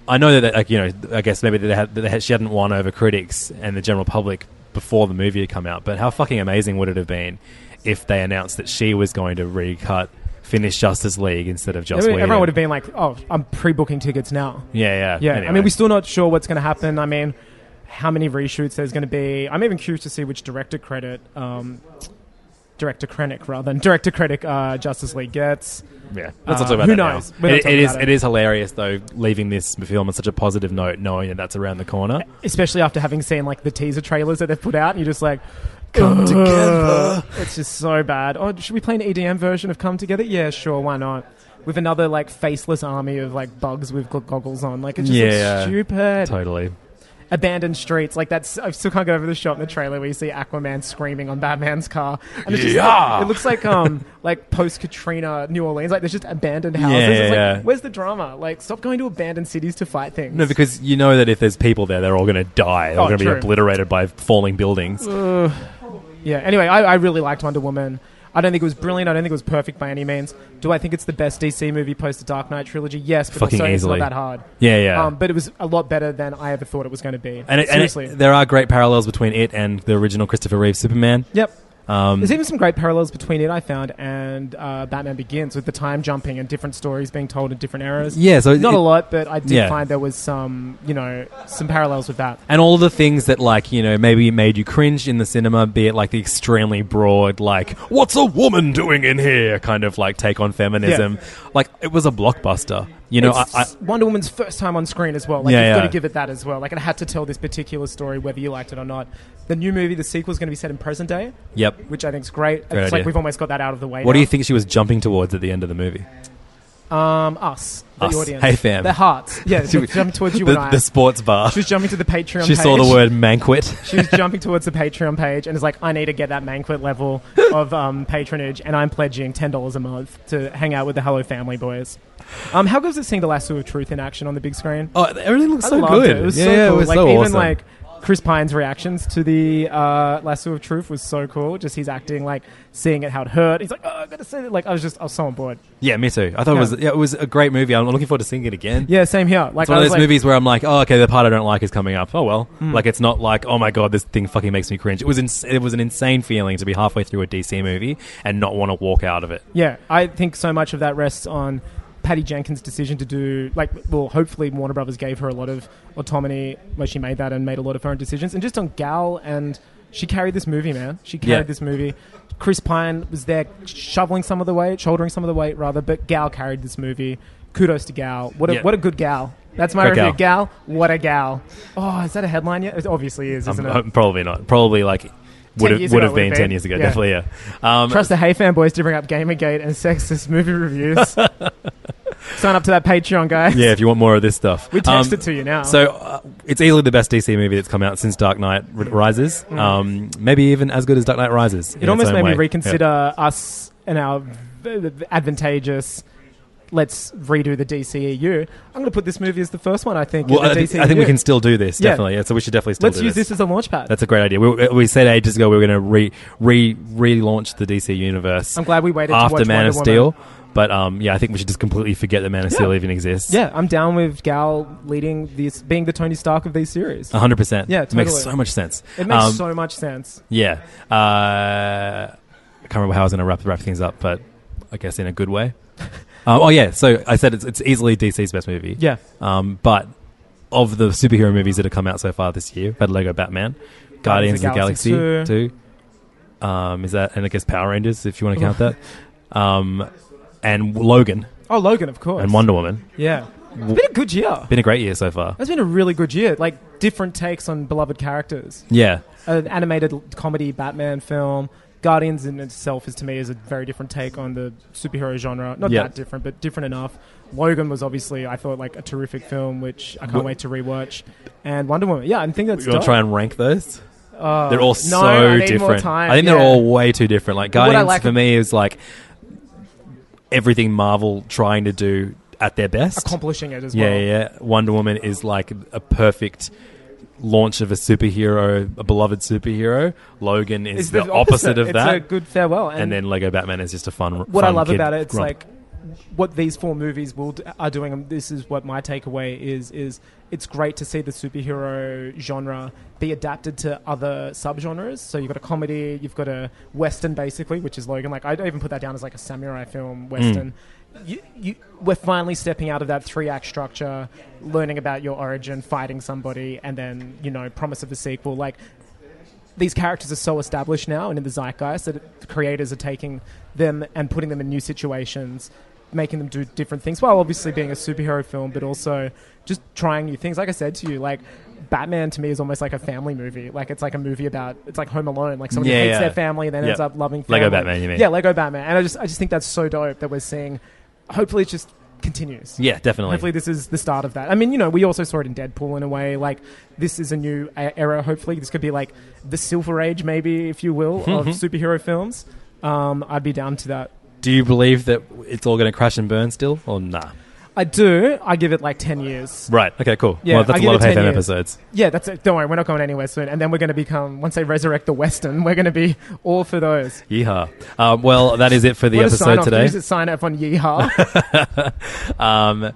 Speaker 4: I know that like you know I guess maybe they had, they had, she hadn't won over critics and the general public before the movie had come out. But how fucking amazing would it have been if they announced that she was going to recut finish Justice League instead of Joss
Speaker 5: everyone,
Speaker 4: Whedon?
Speaker 5: would have been like, "Oh, I'm pre-booking tickets now."
Speaker 4: Yeah, yeah,
Speaker 5: Yeah, I
Speaker 4: Anyway.
Speaker 5: mean, we're still not sure what's going to happen. I mean, how many reshoots there's going to be? I'm even curious to see which director credit, um, director Krennic rather than director credit uh, Justice League gets.
Speaker 4: Yeah, let's not
Speaker 5: Uh,
Speaker 4: talk about
Speaker 5: who
Speaker 4: that now.
Speaker 5: knows? We're not
Speaker 4: It-
Speaker 5: talking
Speaker 4: it is
Speaker 5: about
Speaker 4: it
Speaker 5: it.
Speaker 4: is hilarious though leaving this film on such a positive note, knowing that that's around the corner.
Speaker 5: Especially after having seen like the teaser trailers that they've put out, and you're just like. Come together. It's just so bad. Oh, should we play an EDM version of Come Together? Yeah, sure, why not? With another like faceless army of like bugs with go- goggles on. Like it's just looks
Speaker 4: Yeah.
Speaker 5: stupid.
Speaker 4: Totally.
Speaker 5: abandoned streets. Like that's I still can't get over the shot in the trailer where you see Aquaman screaming on Batman's car. And it's just like-
Speaker 4: Yeah.
Speaker 5: it looks like um like post Katrina New Orleans. Like there's just abandoned houses.
Speaker 4: Yeah,
Speaker 5: it's
Speaker 4: yeah.
Speaker 5: like where's the drama? Like stop going to abandoned cities to fight things.
Speaker 4: No, because you know that if there's people there, they're all going to die. They're
Speaker 5: Oh,
Speaker 4: all going to be
Speaker 5: true. Uh,
Speaker 4: obliterated by falling buildings.
Speaker 5: yeah. Anyway, I, I really liked Wonder Woman. I don't think it was brilliant. I don't think it was perfect by any means. Do I think it's the best DC movie post the Dark Knight trilogy? Yes, but
Speaker 4: Fucking
Speaker 5: also
Speaker 4: easily.
Speaker 5: it's not that hard.
Speaker 4: Yeah, yeah.
Speaker 5: Um, but it was a lot better than I ever thought it was going to be.
Speaker 4: and it, and it-
Speaker 5: Seriously.
Speaker 4: there are great parallels between it and the original Christopher Reeve Superman.
Speaker 5: yep.
Speaker 4: Um,
Speaker 5: There's even some great parallels between it, I found, and uh, Batman Begins with the time jumping and different stories being told in different eras.
Speaker 4: Yeah, so
Speaker 5: not
Speaker 4: it-
Speaker 5: a lot, but I did
Speaker 4: Yeah.
Speaker 5: find there was some, you know, some parallels with that.
Speaker 4: and all the things that, like, you know, maybe made you cringe in the cinema, be it like the extremely broad, like, what's a woman doing in here kind of like take on feminism. Like, it was a blockbuster. You know, I,
Speaker 5: it's
Speaker 4: I,
Speaker 5: Wonder Woman's first time on screen as well. Like
Speaker 4: Yeah,
Speaker 5: you've got
Speaker 4: yeah.
Speaker 5: to give it that as well. Like it had to tell this particular story, whether you liked it or not. The new movie, the sequel, is going to be set in present day,
Speaker 4: yep.
Speaker 5: which I think is great.
Speaker 4: Great
Speaker 5: it's
Speaker 4: idea.
Speaker 5: like we've almost got that out of the way.
Speaker 4: What do
Speaker 5: now.
Speaker 4: you think she was jumping towards at the end of the movie?
Speaker 5: Um, us, the
Speaker 4: Us.
Speaker 5: audience.
Speaker 4: Hey, fam.
Speaker 5: Their hearts. Yeah, they jump towards you
Speaker 4: the,
Speaker 5: and I.
Speaker 4: the sports bar.
Speaker 5: she was jumping to the Patreon.
Speaker 4: She
Speaker 5: page.
Speaker 4: saw the word banquet.
Speaker 5: She was jumping towards the Patreon page and is like, I need to get that banquet level of um, patronage, and I'm pledging ten dollars a month to hang out with the Hello Family boys. Um, how good was it seeing the lasso of truth in action on the big screen?
Speaker 4: Oh, everything looks
Speaker 5: I
Speaker 4: so
Speaker 5: loved
Speaker 4: good.
Speaker 5: It. It was
Speaker 4: yeah,
Speaker 5: so
Speaker 4: yeah,
Speaker 5: cool.
Speaker 4: it was
Speaker 5: like
Speaker 4: so
Speaker 5: even
Speaker 4: awesome.
Speaker 5: like Chris Pine's reactions to the uh, lasso of truth was so cool. Just he's acting like seeing it how it hurt. He's like, oh, I gotta say that. Like I was just, I was so on board.
Speaker 4: yeah, me too. I thought it
Speaker 5: Yeah.
Speaker 4: was yeah, it was a great movie. I'm looking forward to seeing it again.
Speaker 5: Yeah, same here. Like
Speaker 4: It's one of
Speaker 5: I was
Speaker 4: those
Speaker 5: like, Hmm.
Speaker 4: movies where I'm like, oh, okay, the part I don't like is coming up. Oh well, like it's not like, oh my god, this thing fucking makes me cringe. It was ins- it was an insane feeling to be halfway through a DC movie and not want to walk out of it.
Speaker 5: Yeah, I think so much of that rests on Patty Jenkins' decision to do like well, hopefully Warner Brothers gave her a lot of autonomy where she made that and made a lot of her own decisions, and just on Gal and she carried this movie, man. She carried
Speaker 4: Yeah.
Speaker 5: this movie. Chris Pine was there shoveling some of the weight, shouldering some of the weight rather, but Gal carried this movie. Kudos to Gal. What a
Speaker 4: Yeah.
Speaker 5: what a good gal. That's my
Speaker 4: Great
Speaker 5: review. Gal. what a gal. Oh, is that a headline yet? It obviously is, isn't
Speaker 4: Um,
Speaker 5: it?
Speaker 4: uh, probably not. Probably like would have
Speaker 5: years
Speaker 4: would have
Speaker 5: ago it would
Speaker 4: been
Speaker 5: have
Speaker 4: ten
Speaker 5: been.
Speaker 4: years ago.
Speaker 5: Yeah.
Speaker 4: Definitely, yeah. Um,
Speaker 5: Trust the Hey fanboys to bring up Gamergate and sexist movie reviews. Sign up to that Patreon, guys.
Speaker 4: yeah, if you want more of this stuff,
Speaker 5: We text
Speaker 4: Um,
Speaker 5: it to you now.
Speaker 4: So uh, it's easily the best DC movie that's come out since Dark Knight R- Rises. Um, maybe even as good as Dark Knight Rises.
Speaker 5: Mm. it almost made me reconsider us and our v- v- advantageous. Let's redo the DCEU. I'm going to put this movie as the first one. I think. in
Speaker 4: Well,
Speaker 5: the
Speaker 4: I, think, I
Speaker 5: DCEU.
Speaker 4: think we can still do this.
Speaker 5: Yeah.
Speaker 4: Definitely. Yeah. So we should definitely still
Speaker 5: Let's
Speaker 4: do
Speaker 5: use
Speaker 4: this.
Speaker 5: this as a launchpad.
Speaker 4: That's a great idea. We, we said ages ago we were going to re re relaunch the DC universe.
Speaker 5: I'm glad we waited to
Speaker 4: after
Speaker 5: watch
Speaker 4: Man of
Speaker 5: Wonder Woman.
Speaker 4: Steel, but um, yeah, I think we should just completely forget that Man of Steel even exists.
Speaker 5: yeah, I'm down with Gal leading these, being the Tony Stark of these series.
Speaker 4: hundred percent.
Speaker 5: Yeah,
Speaker 4: it makes
Speaker 5: totally.
Speaker 4: so much sense.
Speaker 5: It makes
Speaker 4: Um,
Speaker 5: so much sense.
Speaker 4: yeah. Uh, I can't remember how I was going to wrap wrap things up, but I guess in a good way. um, oh yeah, so I said it's, it's easily DC's best movie.
Speaker 5: Yeah.
Speaker 4: Um, but of the superhero movies that have come out so far this year, we've had Lego Batman, Guardians of the Galaxy,
Speaker 5: Galaxy
Speaker 4: two. Um, is that and I guess Power Rangers if you want to count that, um, and Logan
Speaker 5: Oh, Logan, of course.
Speaker 4: and Wonder Woman.
Speaker 5: Yeah, it's been a good year.
Speaker 4: Been a great year so far.
Speaker 5: It's been a really good year. Like different takes on beloved characters.
Speaker 4: Yeah.
Speaker 5: An animated l- comedy Batman film. Guardians in itself is to me is a very different take on the superhero genre. Not
Speaker 4: Yeah.
Speaker 5: that different, but different enough. Logan was obviously I thought like a terrific film, which I can't
Speaker 4: Wh-
Speaker 5: wait to rewatch. And Wonder Woman, yeah, I think that's.
Speaker 4: You want
Speaker 5: dope.
Speaker 4: to try and rank those? they're all so
Speaker 5: Uh, I need more
Speaker 4: different.
Speaker 5: time,
Speaker 4: I think they're
Speaker 5: yeah.
Speaker 4: all way too different. Like
Speaker 5: What I
Speaker 4: Guardians
Speaker 5: like-
Speaker 4: for me is like everything Marvel trying to do at their best.
Speaker 5: accomplishing it as
Speaker 4: yeah,
Speaker 5: well.
Speaker 4: yeah, yeah. Wonder Woman is like a perfect launch of a superhero, a beloved superhero. Logan is
Speaker 5: It's
Speaker 4: the, opposite, of
Speaker 5: it's
Speaker 4: that.
Speaker 5: a good farewell.
Speaker 4: and, then Lego Batman is just a fun.
Speaker 5: what I
Speaker 4: fun
Speaker 5: love
Speaker 4: kid
Speaker 5: about it, it's
Speaker 4: romp.
Speaker 5: like what these four movies will d- are doing. and This is what my takeaway is: is it's great to see the superhero genre be adapted to other subgenres. So you've got a comedy, you've got a western, basically, which is Logan. Like I even put that down as like a samurai film western. You, you, we're finally stepping out of that three-act structure, learning about your origin, fighting somebody, and then you know, promise of a sequel. Like these characters are so established now and in the zeitgeist that it- the creators are taking them and putting them in new situations, making them do different things while obviously being a superhero film, but also just trying new things. Like I said to you, like Batman to me is almost like a family movie. Like it's like a movie about it's like Home Alone. Like somebody
Speaker 4: Yeah,
Speaker 5: hates
Speaker 4: yeah.
Speaker 5: their family and then
Speaker 4: Yeah.
Speaker 5: ends up loving family.
Speaker 4: Lego Batman, you mean.
Speaker 5: Yeah, Lego Batman. And I just I just think that's so dope that we're seeing. Hopefully, it just continues.
Speaker 4: yeah, definitely.
Speaker 5: Hopefully, this is the start of that. I mean, you know, we also saw it in Deadpool in a way. Like, this is a new e- era. Hopefully, this could be like the Silver Age, maybe, if you will, of
Speaker 4: Mm-hmm.
Speaker 5: superhero films. Um, I'd be down to that.
Speaker 4: Do you believe that it's all going to crash and burn still, or nah?
Speaker 5: I do. I give it like ten years.
Speaker 4: Right. Okay. Cool.
Speaker 5: Yeah,
Speaker 4: well, that's
Speaker 5: I
Speaker 4: a
Speaker 5: give
Speaker 4: lot
Speaker 5: it
Speaker 4: of Hey
Speaker 5: 10
Speaker 4: Fam
Speaker 5: years.
Speaker 4: episodes.
Speaker 5: Yeah, that's it. Don't worry, we're not going anywhere soon. And then we're going to become once they resurrect the Western, we're going to be all for those.
Speaker 4: Yeehaw. Um, well, that is it for the
Speaker 5: What a
Speaker 4: episode
Speaker 5: sign-off. Can
Speaker 4: today.
Speaker 5: you just sign up on Yeehaw.
Speaker 4: Um,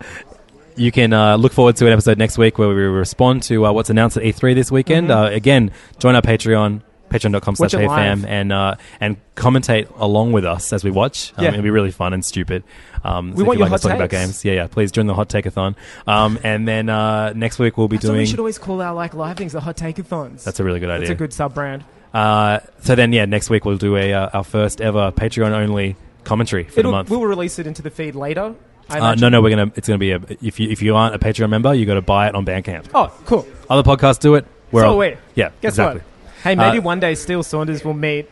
Speaker 4: you can uh, look forward to an episode next week where we respond to uh, what's announced at E3 this weekend. Uh, again, join our Patreon, patreon.com slash
Speaker 5: Mm-hmm. Watch it
Speaker 4: AFAM,
Speaker 5: live.
Speaker 4: and, uh, and commentate along with us as we watch. Um,
Speaker 5: Yeah.
Speaker 4: It'll be really fun and stupid. Um, so if
Speaker 5: want
Speaker 4: you
Speaker 5: your
Speaker 4: like us
Speaker 5: hot
Speaker 4: talking about
Speaker 5: takes.
Speaker 4: games. Yeah, yeah. Please join the hot takeathon. Um, and then uh, next week we'll be
Speaker 5: so we
Speaker 4: doing.
Speaker 5: should always call our like live things the hot takeathons.
Speaker 4: that's a really good idea.
Speaker 5: That's a good sub brand.
Speaker 4: uh, so then, yeah, next week we'll do a uh, our first ever Patreon only commentary for the
Speaker 5: It'll,
Speaker 4: month.
Speaker 5: we'll release it into the feed later. I
Speaker 4: Uh,
Speaker 5: imagine-
Speaker 4: no, no, we're gonna. It's gonna be a. If you if you aren't a Patreon member, you got to buy it on Bandcamp.
Speaker 5: Oh, cool.
Speaker 4: Other podcasts do it. We're
Speaker 5: so
Speaker 4: all-
Speaker 5: wait.
Speaker 4: Yeah,
Speaker 5: Guess
Speaker 4: exactly.
Speaker 5: what? Hey, maybe
Speaker 4: Uh,
Speaker 5: one day Steel Saunders will meet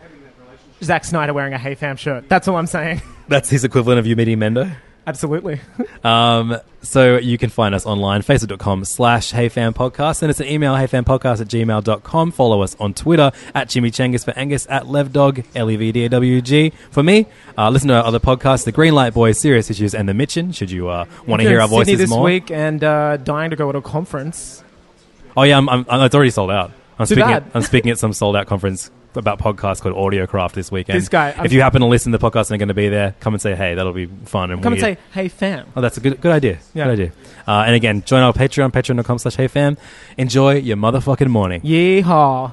Speaker 5: Zack Snyder wearing a Hey Fam shirt. That's all I'm saying.
Speaker 4: That's his equivalent of you meeting Mendo.
Speaker 5: Absolutely.
Speaker 4: Um, so you can find us online, facebook.com slash heyfanpodcast. Send us an email, heyfanpodcast at gmail.com. Follow us on Twitter, at Jimmy Changas for Angus, at Levdog, E L-E-V-D-A-W-G. For me, uh, listen to our other podcasts, The Green Light Boys, Serious Issues, and The Mitchin, should you uh, want to hear our
Speaker 5: Doing Sydney
Speaker 4: voices
Speaker 5: this
Speaker 4: more.
Speaker 5: week and uh, dying to go to a conference.
Speaker 4: Oh, yeah, I'm, I'm, I'm- it's already sold out. I'm
Speaker 5: Too
Speaker 4: speaking,
Speaker 5: bad.
Speaker 4: At, I'm speaking at some sold out conference about podcasts called Audiocraft this weekend.
Speaker 5: This guy, I'm-
Speaker 4: if you happen to listen to the podcast and are going to be there, come and say hey. That'll be fun and
Speaker 5: Come
Speaker 4: weird.
Speaker 5: and say, hey fam.
Speaker 4: Oh, that's a good good idea.
Speaker 5: Yeah.
Speaker 4: Good idea. Uh, and again, join our Patreon, patreon.com slash heyfam. Enjoy your motherfucking morning.
Speaker 5: Yeehaw.